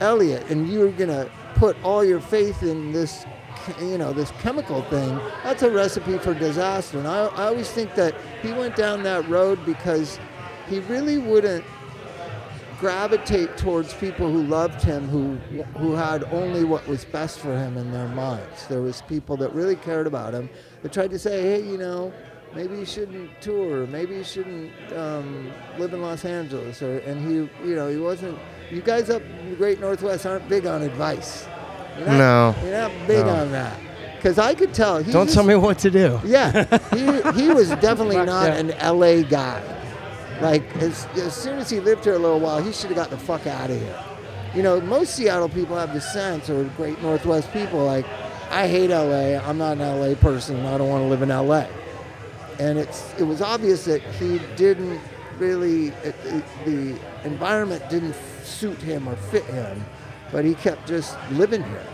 Elliot, and you're gonna put all your faith in this, ch- you know, this chemical thing, that's a recipe for disaster. And I, I always think that he went down that road because he really wouldn't gravitate towards people who loved him who who had only what was best for him in their minds there was people that really cared about him that tried to say hey you know maybe you shouldn't tour maybe you shouldn't um, live in los angeles or and he you know he wasn't you guys up in the great northwest aren't big on advice You're No. you're not big No. on that because i could tell he Don't just- tell me what to do. yeah, he, he was definitely Fuck not that. an LA guy. Like, as, as soon as he lived here a little while, he should have got the fuck out of here. You know, most Seattle people have the sense, or great Northwest people, like, I hate LA. I'm not an LA person. I don't want to live in LA. And it's it was obvious that he didn't really it, it, the environment didn't suit him or fit him, but he kept just living here.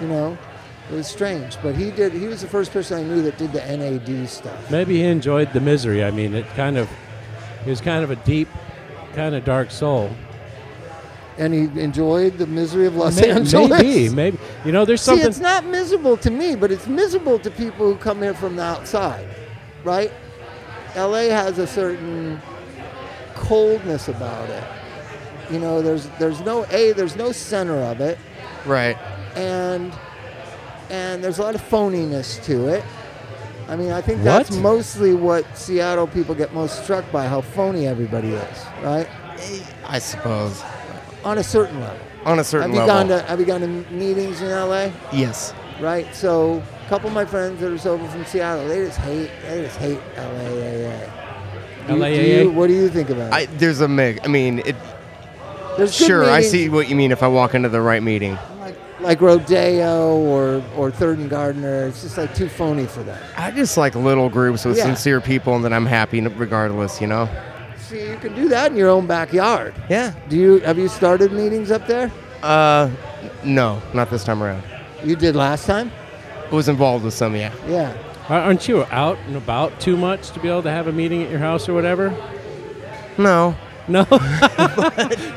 You know, it was strange, but he did. He was the first person I knew that did the NAD stuff. Maybe he enjoyed the misery. I mean, it kind of, he was kind of a deep, kind of dark soul. And he enjoyed the misery of Los May- Angeles. Maybe, maybe. You know, there's See, something. it's not miserable to me, but it's miserable to people who come here from the outside, right? LA has a certain coldness about it. You know, there's there's no a there's no center of it, Right. and and there's a lot of phoniness to it. I mean, I think What? that's mostly what Seattle people get most struck by how phony everybody is, right? I suppose. On a certain level. On a certain Have you level. gone to Have you gone to meetings in LA? yes. right? So a couple of my friends that are over from Seattle, they just hate, they just hate LAAA. Do you- do LAAA? you- what do you think about I, it? there's a mix. I mean, it, There's good sure, I meetings see what you mean if I walk into the right meeting. like Rodeo or or Third and Gardner. It's just like too phony for them. I just like little groups with Yeah. sincere people and then I'm happy n- regardless, you know? See, you can do that in your own backyard. Yeah. Do you have you started meetings up there? Uh, no, not this time around. You did last time. Was involved with some, yeah. Yeah. Aren't you out and about too much to be able to have a meeting at your house or whatever? No. No,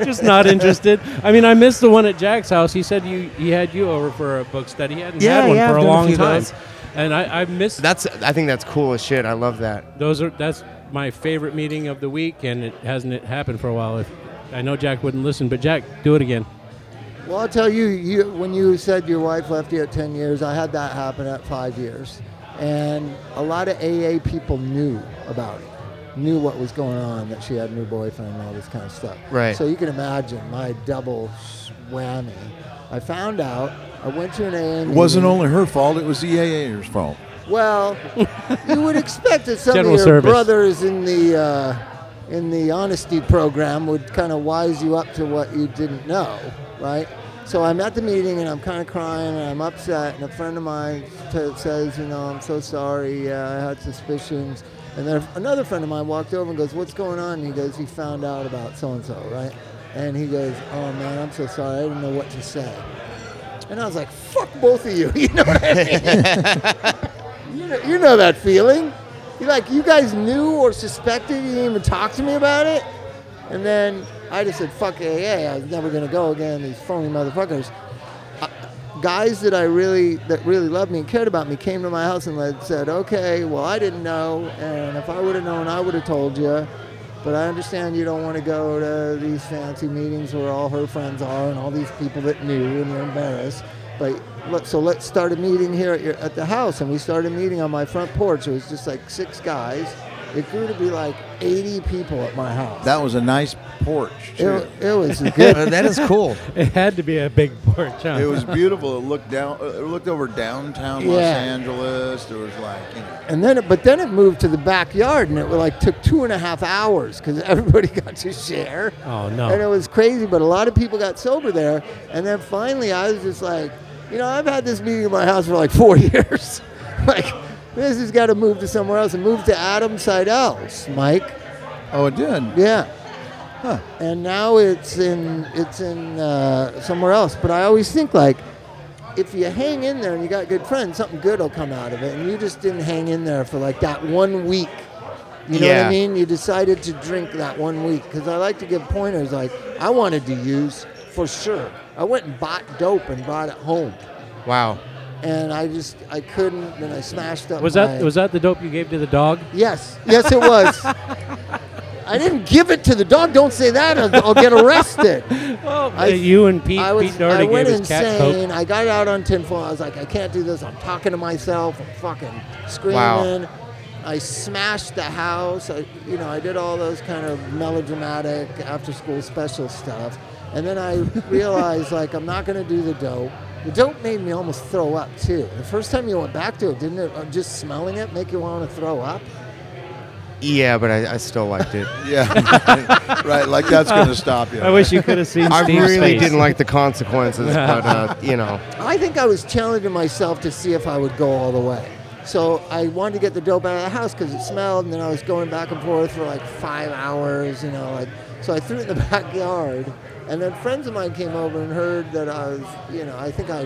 just not interested. I mean, I missed the one at Jack's house. He said you he had you over for a book study. He hadn't Yeah, had one yeah, for I've a done a long few of time, those. and I, I missed That's, I think that's cool as shit. I love that. those. Are that's my favorite meeting of the week, and it hasn't happened for a while. If I know Jack wouldn't listen, but Jack, do it again. Well, I'll tell you, you when you said your wife left you at 10 years, I had that happen at five years. And a lot of AA people knew about it, knew what was going on, that she had a new boyfriend and all this kind of stuff. Right. So you can imagine my double whammy. I found out, I went to an AA meeting. It wasn't only her fault, it was the AA's fault. Well, you would expect that some General of your service. brothers in the uh, in the honesty program would kind of wise you up to what you didn't know, right? So I'm at the meeting and I'm kind of crying and I'm upset, and a friend of mine t- says, you know, I'm so sorry, uh, I had suspicions. And then another friend of mine walked over and goes, what's going on? And he goes, he found out about so and so, right? And he goes, oh man, I'm so sorry, I didn't know what to say. And I was like, fuck both of you, you know what I mean? You know, you know that feeling. You're like, you guys knew or suspected. You didn't even talk to me about it. And then I just said, fuck AA. I was never going to go again. These phony motherfuckers. Uh, guys that I really, that really loved me and cared about me came to my house and like, said, okay, well, I didn't know. And if I would have known, I would have told you. But I understand you don't want to go to these fancy meetings where all her friends are and all these people that knew and you're embarrassed. But let, so let's start a meeting here at, your, at the house. And we started a meeting on my front porch. It was just like six guys. It grew to be like 80 people at my house. That was a nice porch, too. it, it was good. that is cool. It had to be a big porch. Huh? It was beautiful. It looked down. uh, It looked over downtown Los Yeah. Angeles. There was like, you know, and then, it, but then it moved to the backyard, and it like took two and a half hours because everybody got to share. Oh and it no! was crazy. But a lot of people got sober there, and then finally I was just like, you know, I've had this meeting in my house for like four years. like, this has got to move to somewhere else and move to Adam Seidel's, Mike. oh, it did. Yeah. Huh. And now it's in it's in uh, somewhere else. But I always think like, if you hang in there and you got good friends, something good will come out of it. And you just didn't hang in there for like that one week. You know what I Yeah. mean? You decided to drink that one week because I like to give pointers. Like I wanted to use for sure. I went and bought dope and brought it home, Wow. and I just I couldn't. Then I smashed up. Was my- that was that the dope you gave to the dog? Yes, yes, it was. I didn't give it to the dog. Don't say that. I'll, I'll get arrested. Oh, I- you and Pete I was, Pete I Doherty went gave his cat coke. insane. I got out on tinfoil. I was like, I can't do this. I'm talking to myself. I'm fucking screaming. Wow. I smashed the house. I, you know, I did all those kind of melodramatic after-school special stuff, and then I realized like I'm not going to do the dope. The dope made me almost throw up too. The first time you went back to it, didn't it? uh, Just smelling it make you want to throw up. Yeah, but I, I still liked it. Yeah. right. Like that's going to stop you. I wish you could have seen I Steve's really face. didn't like the consequences, but, uh, you know. I think I was challenging myself to see if I would go all the way. So I wanted to get the dope out of the house because it smelled, and then I was going back and forth for like five hours, you know. Like, so I threw it in the backyard, and then friends of mine came over and heard that I was, you know, I think I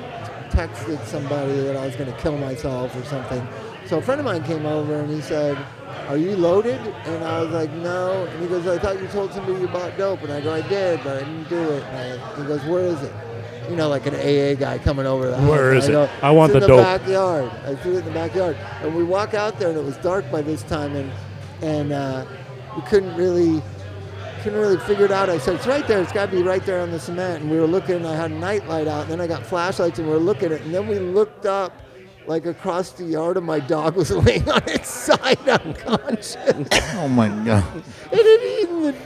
texted somebody that I was going to kill myself or something. So a friend of mine came over and he said, "Are you loaded?" And I was like, "No." And he goes, "I thought you told somebody you bought dope," and I go, "I did, but I didn't do it." And I, he goes, "Where is it?" You know, like an AA guy coming over. to The Where house. is And I it? go, I want "It's in the the dope." backyard. I threw it in the backyard, and we walk out there, and it was dark by this time, and and uh, we couldn't really couldn't really figure it out. I said, "It's right there. It's got to be right there on the cement." And we were looking. I had a night light out, and then I got flashlights, and we were looking at it. And then we looked up, like across the yard, and my dog was laying on its side, unconscious. it Oh my god. had eaten the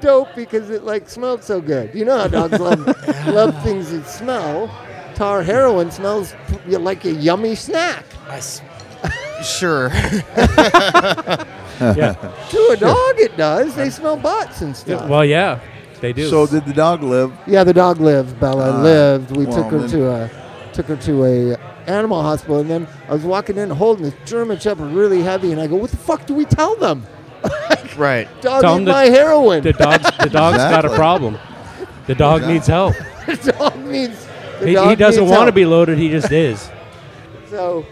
dope because it like smelled so good. You know how dogs love love things that smell. Tar heroin smells like a yummy snack. I s- sure. Yeah. To a dog, it does. They smell butts and stuff. Yeah, Well, yeah, they do. So did the dog live? Yeah, the dog lived. Bella Uh, Ah, lived. We well, took her then- to a took her to a animal hospital, and then I was walking in holding this German Shepherd really heavy, and I go, "What the fuck do we tell them? right. Dog Tell ate 'em that- my heroin. the dog's the dog's got a Exactly. problem. The dog Exactly. needs help. The dog needs. the He, dog he doesn't needs want to help. be loaded. He just is. So,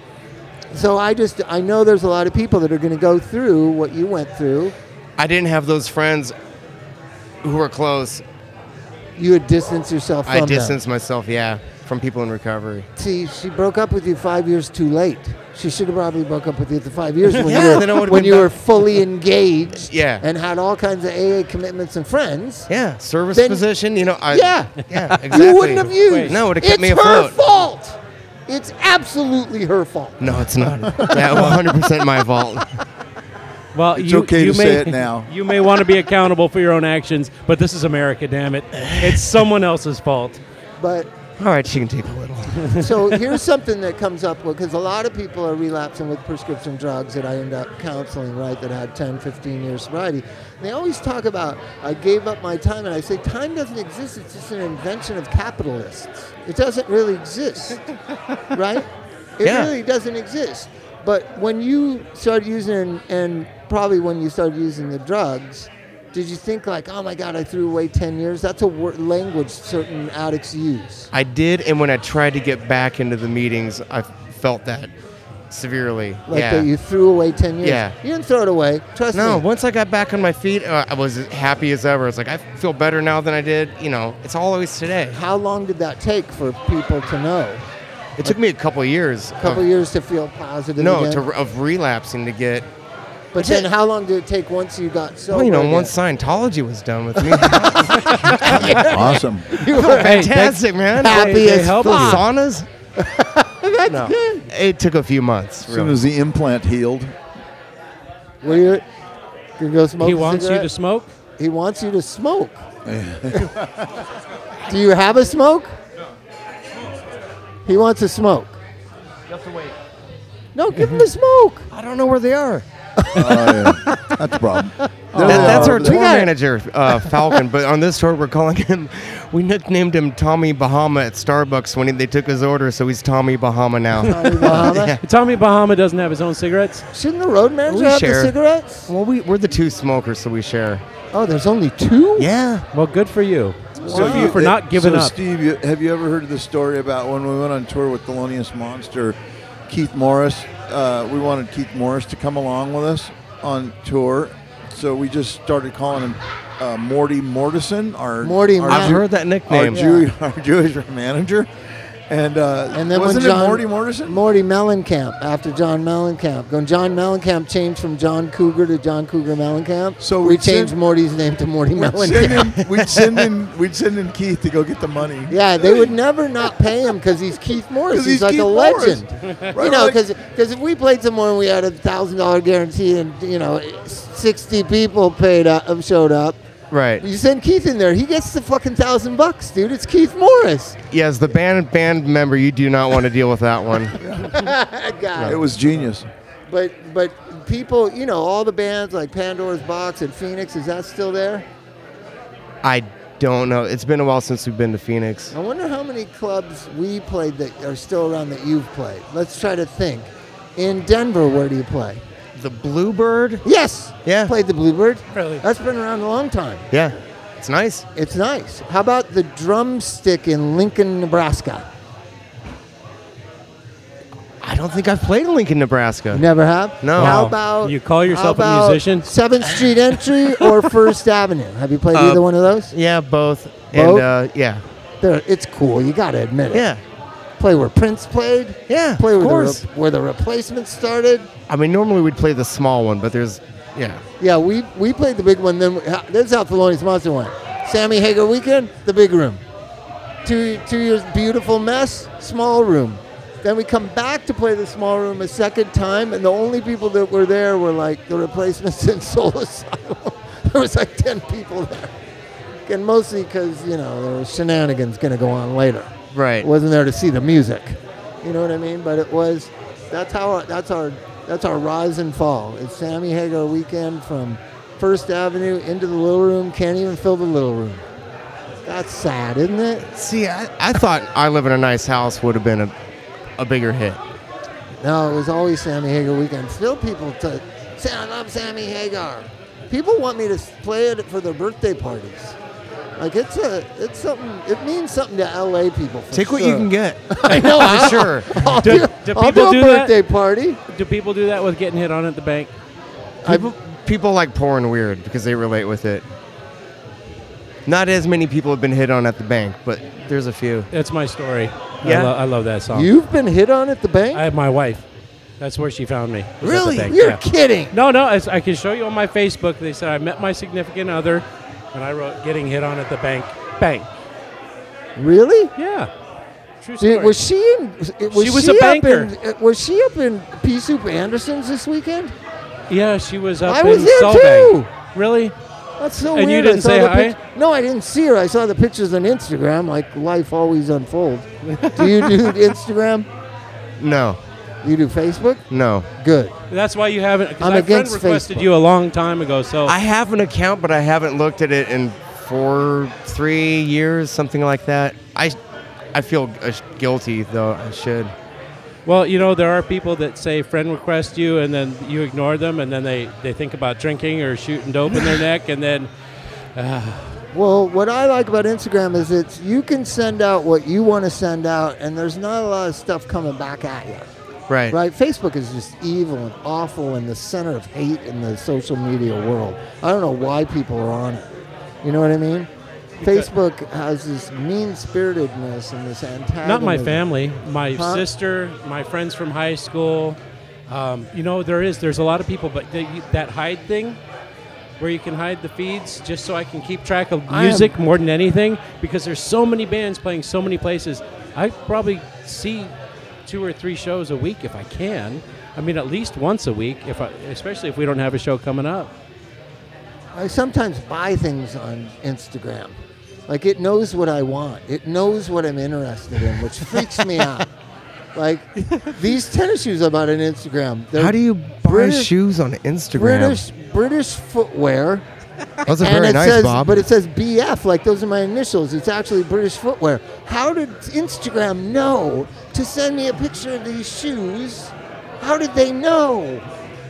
so I just I know there's a lot of people that are going to go through what you went through. I didn't have those friends who were close. You would distance yourself from I them. distanced myself, yeah, from people in recovery. See, she broke up with you five years too late. She should have probably broke up with you at the five years when Yeah, you then I were, would've when been you back- were fully engaged Yeah. and had all kinds of AA commitments and friends. Yeah, service Then- position. You know, I, Yeah. yeah, exactly. You wouldn't have used. Wait. No, it would've kept it's me her afloat. fault. It's absolutely her fault. No, it's not. Yeah, 100% my fault. Well, It's you, okay you to may, say it now. You may want to be accountable for your own actions, but this is America, damn it. It's someone else's fault. But All right, she can take a little. so here's something that comes up because a lot of people are relapsing with prescription drugs that I end up counseling, right, that had 10, 15 years sobriety. And they always talk about, I gave up my time, and I say, time doesn't exist. It's just an invention of capitalists. It doesn't really exist, right? It Yeah. really doesn't exist. But when you started using, and probably when you started using the drugs, did you think like, oh my God, I threw away 10 years? That's a wor- language certain addicts use. I did, and when I tried to get back into the meetings, I felt that severely. like yeah. that you threw away 10 years. Yeah. You didn't throw it away. Trust no, me. once I got back on my feet, uh, I was happy as ever. It's like I feel better now than I did. You know, it's always today. How long did that take for people to know? It took me a couple years. A couple of, years to feel positive. No, again? to, of relapsing to get. but then how long did it take once you got sober? Well, you know, again? once Scientology was done with me, Awesome. you were Hey, fantastic man. Happy They- they as help fuck. you. Saunas. that's No. good. It took a few months. As soon Really. as the implant healed, Were you, you go smoke He a wants you to cigarette? smoke? He wants you to smoke. Do you have a smoke? He wants a smoke. No, give him a smoke. I don't know where they are. oh, yeah. that's a problem. That, that's Oh, our the- tour manager, uh, Falcon. but on this tour, we're calling him. We nicknamed him Tommy Bahama at Starbucks when he, they took his order, so he's Tommy Bahama now. Tommy Bahama. Tommy Bahama doesn't have his own cigarettes? Shouldn't the road manager have share. the cigarettes? well, we, we're the two smokers, so we share. Oh, there's only two? Yeah. Well, good for you. So Good for you for not giving so up. Steve, you- have you ever heard of the story about when we went on tour with Thelonious Monster, Keith Morris? Uh, we wanted Keith Morris to come along with us on tour, so we just started calling him uh, Morty Mortison. Our Morty our Mortison. I've Jew- heard that Our, nickname. Jew, our Jewish manager, and uh, And then wasn't when John, it Morty Mortison? Morty Mellencamp after John Mellencamp. When John Mellencamp changed from John Cougar to John Cougar Mellencamp, So we we'd send- changed Morty's name to Morty We'd send, Mellencamp. in, we'd send in we'd send in Keith to go get the money. Yeah, they would never not pay him because he's Keith Morris. 'Cause he's, he's like Keith a Morris. legend. you Right, know, like- because if we played somewhere and we had a thousand dollar guarantee and you know sixty people paid up, um, showed up, Right. you send Keith in there, he gets the fucking thousand bucks, dude. It's Keith Morris. Yeah, as the band band member, you do not want to deal with that one. God. It was genius. But but people, you know, all the bands like Pandora's Box and Phoenix, is that still there? I don't know. It's been a while since we've been to Phoenix. I wonder how many clubs we played that are still around that you've played. Let's try to think. In Denver, where do you play? The Bluebird. Yes. Yeah. Played the Bluebird. Really? That's been around a long time. Yeah, it's nice. It's nice. How about the drumstick in Lincoln, Nebraska? I don't think I've played in Lincoln, Nebraska. Never have. No. How Wow. about You call yourself a how about musician? Seventh Street Entry or First Avenue? Have you played Uh, either one of those? Yeah, both. Both? And uh, yeah, They're, it's cool. You got to admit it. yeah, Play where Prince played. yeah. Play of where the, course. re- where the replacement started. I mean, normally we'd play the small one, but there's yeah. Yeah, we we played the big one. Then uh, this is how Thelonious Monster went. Sammy Hagar weekend, the big room. Two two years, beautiful mess, small room. Then we come back to play the small room a second time, and the only people that were there were like the replacements in Soul Asylum. there was like ten people there, and mostly because you know there was shenanigans going to go on later. Right. Wasn't there to see the music, you know what I mean? But it was. That's how. Our, that's our. That's our rise and fall. It's Sammy Hagar weekend from First Avenue into the little room. Can't even fill the little room. That's sad, isn't it? See, I, I thought I live in a nice house would have been a, a bigger hit. No, it was always Sammy Hagar weekend. Still, people to say I love Sammy Hagar. People want me to s- play it for their birthday parties. Like it's a, it's something. It means something to LA people. For Take what you sure. can get. I know, for sure. I'll Do- do, do I'll people do a do that? birthday party. Do people do that with getting hit on at the bank? I- People, people like porn weird because they relate with it. Not as many people have been hit on at the bank, but there's a few. That's my story. I, Yeah? lo- I love that song. You've been hit on at the bank. I have my wife. That's where she found me. was at the Really? bank, You're yeah. kidding. No, no. It's, I can show you on my Facebook. They said I met my significant other, and I wrote "getting hit on at the bank." Bang. Really? Yeah. True story. Dude, was she in? Was She was she a up banker. in- uh, was she up in Pea Soup Anderson's this weekend? yeah, she was up I in was there Solvang. too. Really? That's so And you weird. I didn't saw say the hi? pic- no, I didn't see her. I saw the pictures on Instagram. Like life always unfolds. do you do Instagram? No, You do Facebook? no. Good. That's why you haven't. Because I'm my friend against requested Facebook. you a long time ago. So I have an account, but I haven't looked at it in four, three years, something like that. I, I feel uh, guilty though. I should. Well, you know, there are people that say friend request you and then you ignore them and then they, they think about drinking or shooting dope in their neck and then Well, what I like about Instagram is it's you can send out what you want to send out, and there's not a lot of stuff coming back at you. Right. Right? Facebook is just evil and awful and the center of hate in the social media world. I don't know why people are on it. You know what I mean? Facebook has this mean spiritedness and this antagonism. not my family, my Huh? sister, my friends from high school. Um, you know, there is there's a lot of people, but they, that hide thing where you can hide the feeds just so I can keep track of I am- music more than anything because there's so many bands playing so many places. I probably see two or three shows a week if I can. I mean, at least once a week, if I, especially if we don't have a show coming up. I sometimes buy things on Instagram. Like it knows what I want. It knows what I'm interested in, which freaks me out. Like these tennis shoes I bought on Instagram. They're How do you buy British- shoes on Instagram? British British footwear. Those are and very it nice, says, Bob. But it says BF, like those are my initials. It's actually British footwear. How did Instagram know to send me a picture of these shoes? How did they know?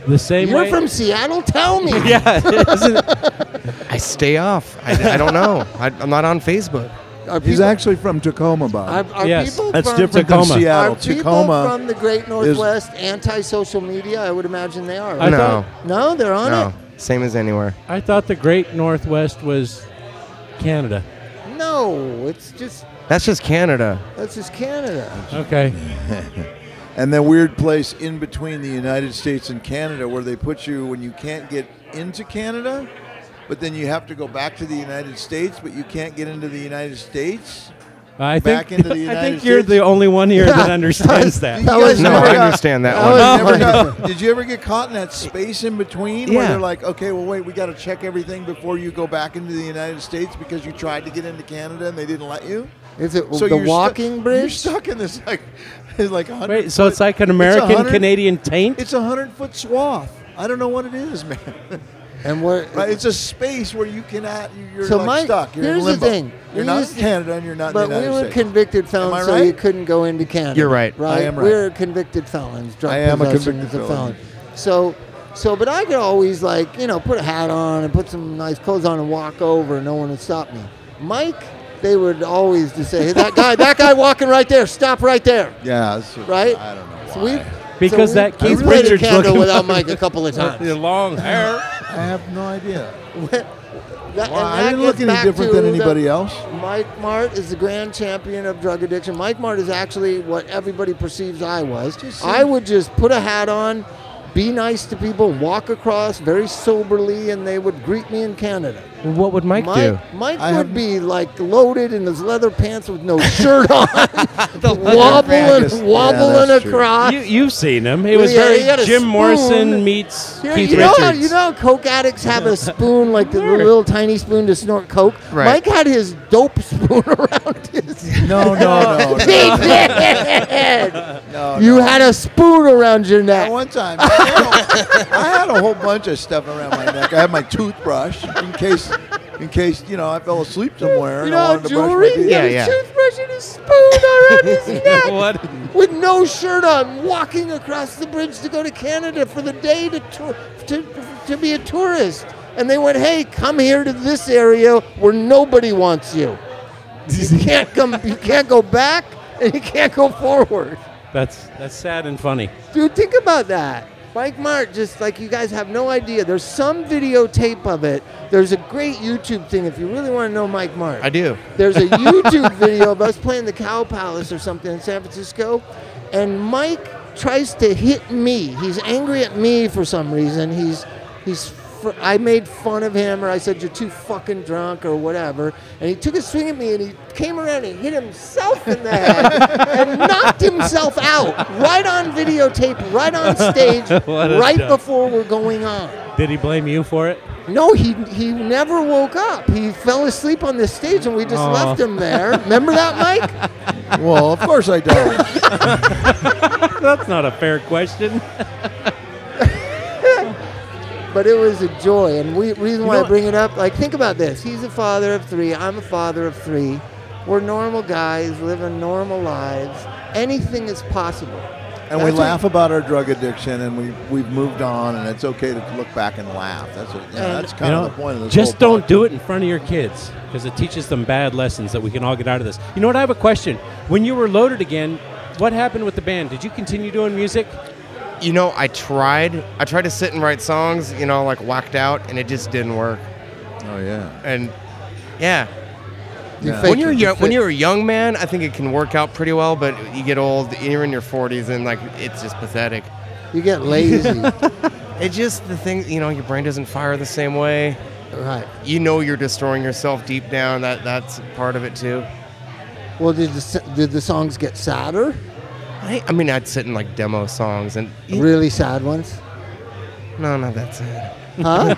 The same You're way. from Seattle? Tell me. yeah, isn't it? I stay off. I, I don't know. I, I'm not on Facebook. Are He's people- actually from Tacoma, Are, Bob. are Yes. people That's from, different Tacoma. than Seattle. Are Tacoma. people from the Great Northwest anti-social media? I would imagine they are. I right? no, thought- no, they're on no. Same as anywhere. I thought the Great Northwest was Canada. it. No, it's just That's just Canada. that's just Canada. Okay. and that weird place in between the United States and Canada where they put you when you can't get into Canada, but then you have to go back to the United States, but you can't get into the United States. I Back think into the I think United you're the States? only one here that understands that. That You guys was No, never I got- understand that that one. was You ever never got- got- did you ever get caught in that space in between where Yeah. they're like, okay, well, wait, we got to check everything before you go back into the United States because you tried to get into Canada and they didn't let you? Is it So the you're stu- walking You're bridge? stuck in this like, it's like a hundred. Wait, so foot- it's like an a American hundred- Canadian taint. It's a hundred foot swath. I don't know what it is, man. And what? Right, it's a space where you cannot. you- You're So like my- stuck. You're here's in the limbo. thing. You're We not used in to- Canada, and you're not but in the we United were States. convicted Am I felons, so right? you couldn't go into Canada. You're right. Right. I am right. We're convicted felons. Drug I am a possession convicted is a felon. felon. So, so, but I could always like you know put a hat on and put some nice clothes on and walk over. No one would stop me. Mike, they would always just say, hey, "That guy, that guy walking right there, stop right there." yeah, it's just- Right? I don't know why. So we, Because so that we, Keith we went to Richards Canada looking without guy. Mike a couple of With your times. long hair. I have no idea. That- Well, and I that didn't look gets any back different to than the- anybody else. Mike Mart is the grand champion of drug addiction. Mike Mart is actually what everybody perceives I was. I would just put a hat on, be nice to people, walk across very soberly, and they would greet me in Canada. Well, what would Mike, do? Mike, Mike I would have- be like loaded in his leather pants with no shirt on, Yeah, wobbling, that's wobbling true. across. You, you've seen him. He was Yeah, very he had a Jim Morrison spoon. meets Yeah, Keith you know, how, Richards. you know how coke addicts have a spoon, like the Sure. little tiny spoon to snort coke. Right. Mike had his dope spoon around his. No, no, no, no. big head. no, You had a spoon around your At neck. one time, I had, a, I had a whole bunch of stuff around my neck. I had my toothbrush in case, in case you know I fell asleep somewhere You and I know, wanted to brush my jewelry. teeth. He had Yeah, a yeah. toothbrush and a spoon around his neck, what? with no shirt on, walking across the bridge to go to Canada for the day to tour, to, to be a tourist. And they went, "Hey, come here to this area where nobody wants you. You can't come. You can't go back, and you can't go forward." That's that's sad and funny. Dude, think about that. Mike Mart, just like you guys have no idea. There's some videotape of it. There's a great YouTube thing if you really want to know Mike Mart. I do. There's a YouTube video of us playing the Cow Palace or something in San Francisco, and Mike tries to hit me. He's angry at me for some reason. He's he's fr- I made fun of him or I said you're too fucking drunk or whatever, and he took a swing at me and he came around and hit himself in the head and knocked himself out right on videotape, right on stage, What a right dumb- before we're going on. Did he blame you for it? No, he he never woke up. He fell asleep on this stage, and we just Aw. left him there. Remember that, Mike? Well, of course I don't. That's not a fair question. But it was a joy, and we reason why know I what- bring it up. Like, think about this. He's a father of three. I'm a father of three. We're normal guys living normal lives. Anything is possible. And we That's what- laugh about our drug addiction, and we we've moved on, and it's okay to look back and laugh. That's what, you know, And- that's You kind know, of the point of this. just whole don't do it in front of your kids because it teaches them bad lessons that we can all get out of this. You know what? I have a question. When you were loaded again, what happened with the band? Did you continue doing music? You know, I tried. I tried to sit and write songs, you know, like whacked out, and it just didn't work. podcast. Oh yeah. And yeah, You Yeah. fake when you're it, young, when fake- you're a young man, I think it can work out pretty well. But you get old, you're in your 40s, and like it's just pathetic. you get lazy, It's just the thing, you know, your brain doesn't fire the same way. right? You know, you're destroying yourself deep down. That that's part of it too. Well, did the s- did the songs get sadder? I, I mean, I'd sit in like demo songs, and Really sad ones, no, no, that's it. huh?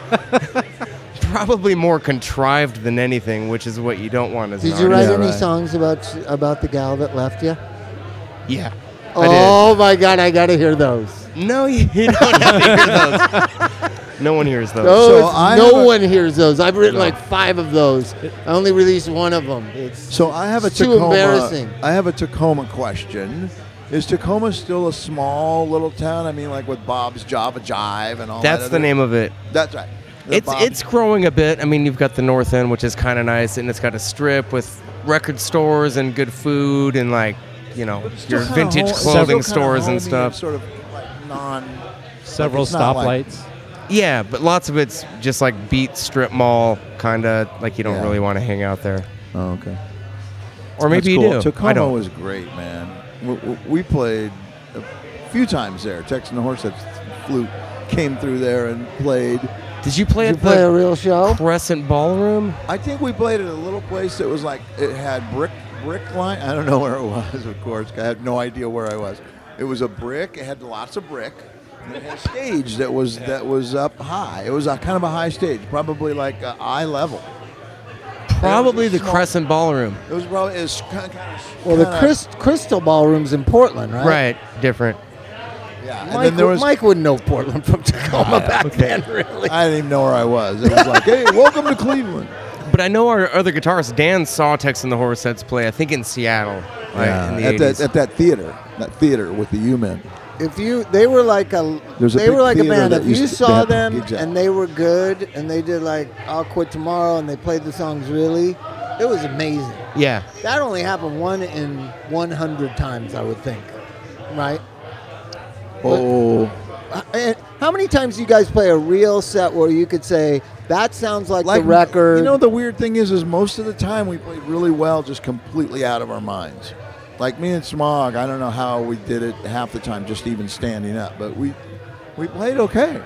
Probably more contrived than anything, which is what you don't want as an did you write artist. any right. songs about about the gal that left you? Yeah, I did. Oh my God, I gotta hear those. No, you you don't have to hear those. No one hears those. Those, So I have no a- one hears those. I've written No. like five of those. I only released one of them. It's So I have a It's too Tacoma. embarrassing. I have a Tacoma question. Is Tacoma still a small little town? I mean, like with Bob's Java Jive and all that. That's the other- name of it. That's right. The it's Bob's- it's growing a bit. I mean, you've got the North End, which is kind of nice, and it's got a strip with record stores and good food and like you know Still your kinda vintage home- clothing still kinda stores and homey stuff. Sort of like non. Several It's not like- stoplights. Yeah, but lots of it's just like beat strip mall kind of like you don't Yeah. really want to hang out there, Oh, okay. or maybe That's you cool. do. Tacoma I don't. was great, man. We, we- we played a few times there. Texas and the Horseheads flute came through there and played. Did you play Did you at play a the real show? Crescent Ballroom? I think we played at a little place that was like it had brick brick line. I don't know where it was, of course. I have no idea where I was. It was a brick. It had lots of brick. And it had a stage that was that was up high. It was a, kind of a high stage, probably like uh, eye level. Probably the small- Crescent Ballroom. It was probably it was kind of, kind of Well, the Chris, Crystal Ballroom's in Portland, right? Right, different. Yeah, and Mike, then there was Mike wouldn't know Portland from Tacoma back okay. then, really. I didn't even know where I was. It was like, hey, welcome to Cleveland. But I know our other guitarist Dan saw Texas and the Horseheads play. I think in Seattle, like in the at 80s. that at that theater, that theater with the U men. if you they were like a There's a they big were like a theater band that if you used to- they saw had them gigs out. and they were good and they did like i'll quit tomorrow and they played the songs really it was amazing yeah, that only happened one in 100 times i would think right Oh, Uh, and how many times do you guys play a real set where you could say that sounds like, like the record You know, the weird thing is, is most of the time we played really well, just completely out of our minds. Like me and Smog, I don't know how we did it half the time, just even standing up, but we we played okay.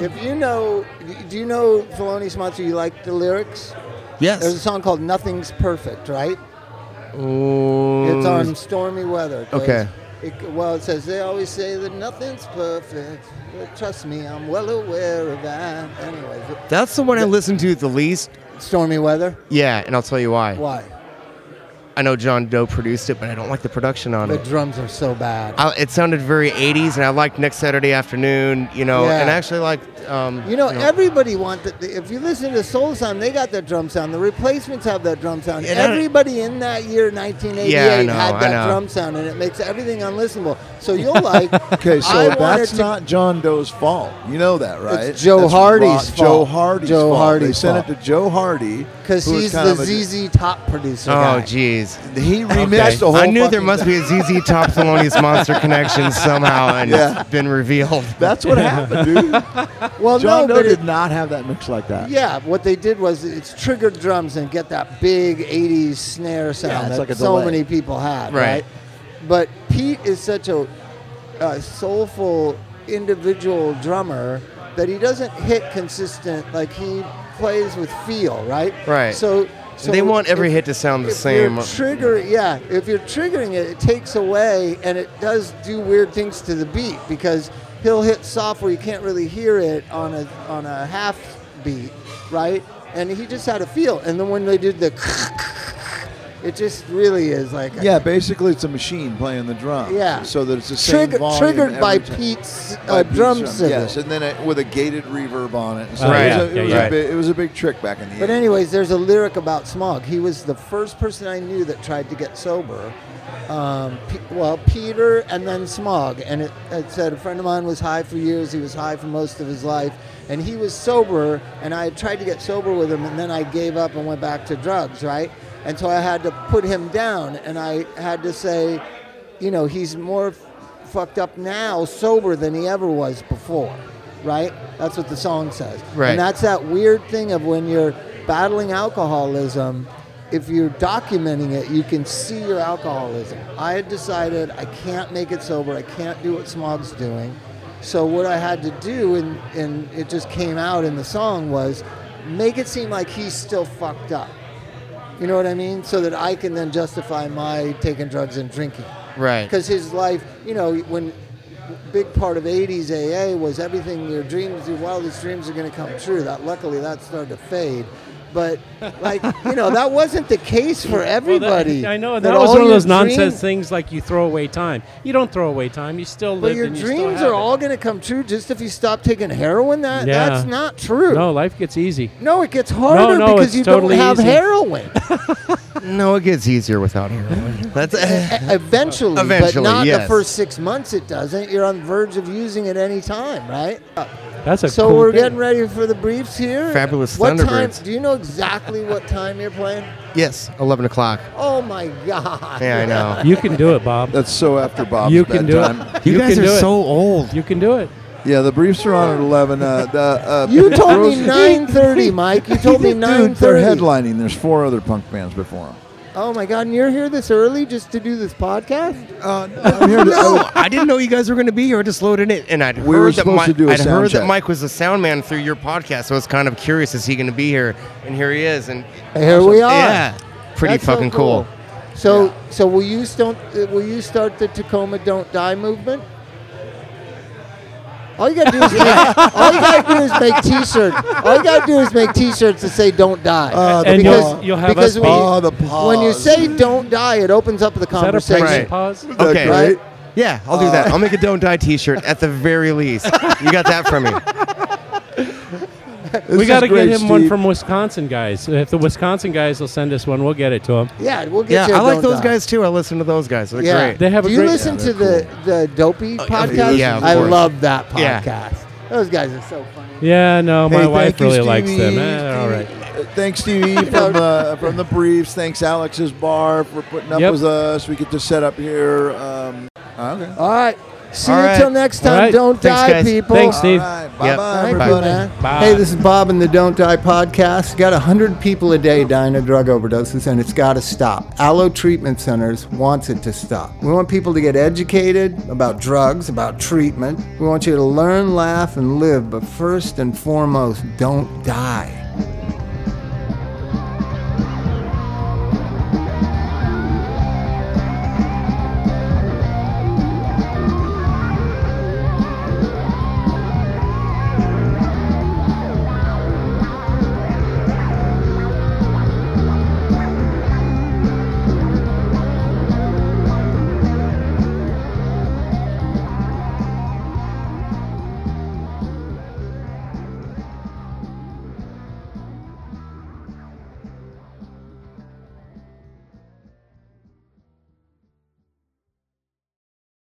if you know do you know Thelonious Monster you like the lyrics yes. there's a song called nothing's perfect right Ooh. It's on stormy weather. 'cause Okay. It, well, it says they always say that nothing's perfect, but trust me, I'm well aware of that. Anyways, That's the one I listened to the least. stormy weather. Yeah, and I'll tell you why. Why? I know John Doe produced it, but I don't like the production on The it. drums are so bad. I, it sounded very 80s, and I liked Next Saturday Afternoon, you know, Yeah. and I actually liked. Um, You know, everybody wants it. If you listen to Soul Sound, they got that drum sound. The replacements have that drum sound. Yeah, that- everybody in that year, 1988, Yeah, I know, had I that know. drum sound, and it makes everything unlistenable. So you'll like. Okay, so I wanted that's to- not John Doe's fault. You know that, right? It's Joe That's Hardy's Ro- fault. Joe Hardy's Joe fault. they Hardy's sent fault. it to Joe Hardy Because who was he's kind the of a- ZZ Top producer. oh, guy. jeez. He remixed Okay. the whole. I knew there fucking must thing. be a ZZ Top Thelonious Monster connection somehow, and Yeah. it's been revealed. That's what happened, dude. Well, no, John Doe but it, did not have that mix like that. Yeah, what they did was it's triggered drums and get that big 80s snare sound it's that like a so delay. many people had, right. Right. But Pete is such a, a soulful individual drummer that he doesn't hit consistent like he plays with feel, right? Right. So, so They want every if- hit to sound the if same. You're trigger, yeah. If you're triggering it, it takes away, and it does do weird things to the beat because he'll hit soft where you can't really hear it on a on a half beat, right? And he just had a feel. And then when they did the, it just really is like a- Yeah, basically it's a machine playing the drum. Yeah. So that it's the same trigger, volume triggered every by time. Pete's By uh, Pete's drum signal. Yes, and then it, with a gated reverb on it. and So Oh, it, yeah, was a, it, yeah, was yeah. a big, it was a big trick back in the But 80s. anyways, there's a lyric about smog. He was the first person I knew that tried to get sober. Um, P- well, Peter and then smog, and it, it said a friend of mine was high for years. He was high for most of his life, and he was sober. And I had tried to get sober with him, and then I gave up and went back to drugs. Right, and so I had to put him down, and I had to say, you know, he's more f- fucked up now sober than he ever was before. Right, that's what the song says. Right. and that's that's that weird thing of when you're battling alcoholism if you're documenting it you can see your alcoholism i had decided i can't make it sober i can't do what smog's doing so what i had to do and, and it just came out in the song was make it seem like he's still fucked up you know what i mean so that i can then justify my taking drugs and drinking right. because his life, you know, when big part of 80s AA was everything your dreams, your wildest dreams are going to come true. That luckily that started to fade. But like you know, that wasn't the case for Well, that- everybody. I know That that was all one of your those nonsense dreams- things like you throw away time. You don't throw away time. You still But live. your and you still dreams have are it. all going to come true just if you stop taking heroin. That Yeah. that's not true. No, life gets easy. No, it gets harder no, because it's you totally don't have easy. heroin. E, No, it gets easier without heroin. That's eh, Eventually, but Eventually, not the yes. first six months. It doesn't. You're on the verge of using it any time, right? That's a So cool we're thing. getting ready for the briefs here. Fabulous What time? Thunderbirds. Do you know exactly what time you're playing? yes, eleven o'clock. Oh my God! Yeah, I know. You can do it, Bob. That's so after Bob's You can do bedtime. it. can do it. old. You can do it. Yeah, the briefs are on at 11. Uh, the, uh, You told me Rose- 9:30, Mike. You told me Dude, they're 9:30. headlining. There's four other punk bands before them. Oh my God! And you're here this early just to do this podcast? Uh, I'm here to- No, I didn't know you guys were going to be here. I just loaded it, and I'd We heard were that supposed Mike, to do a I'd sound heard check. that Mike was the sound man through your podcast, so I was kind of curious: is he going to be here? And here he is. And Here we are. yeah, pretty That's so fucking cool. So, Yeah. so will you don't will you start the Tacoma Don't Die movement? All you gotta do is make, all you gotta do is make T-shirts. All you gotta do is make T-shirts that say "Don't Die." Uh, And the you'll- pause. you'll have because us when be- you- Oh, the when you pause. say "Don't die," it opens up the Is that a conversation. pregnant Right. pause? that Okay. great? Right? Yeah, I'll do Uh, that. I'll make a Don't Die T-shirt at the very least. You got that from me. we got to get great, him one Steve. from Wisconsin guys. If the Wisconsin guys will send us one, we'll get it to him. Yeah, we'll Yeah, get you. a I like Don't those Die. guys too. I listen to those guys. They're Yeah, great. Oh, They have a Do you great- listen Yeah, to the the Dopey yeah, podcast? yeah, of I course. love that Yeah. podcast. Those guys are so funny. Yeah, no, Hey, my thank wife you, really likes them. Stevie. Eh, they're all right. Uh, Thanks, Stevie, from, uh, from the briefs. Thanks, Alex's bar for putting up Yep. with us. We get to set up here. Um, okay. All right. See All you right. till next All time. right. Don't Thanks, die, guys. people. Thanks, Steve. All right. Bye, Yep. bye, Thank Bye. you, everybody. man. Bye. Hey, this is Bob in the Don't Die podcast. Got 100 people a day dying of drug overdoses, and it's got to stop. Aloe Treatment Centers wants it to stop. We want people to get educated about drugs, about treatment. We want you to learn, laugh, and live, but first and foremost, don't die.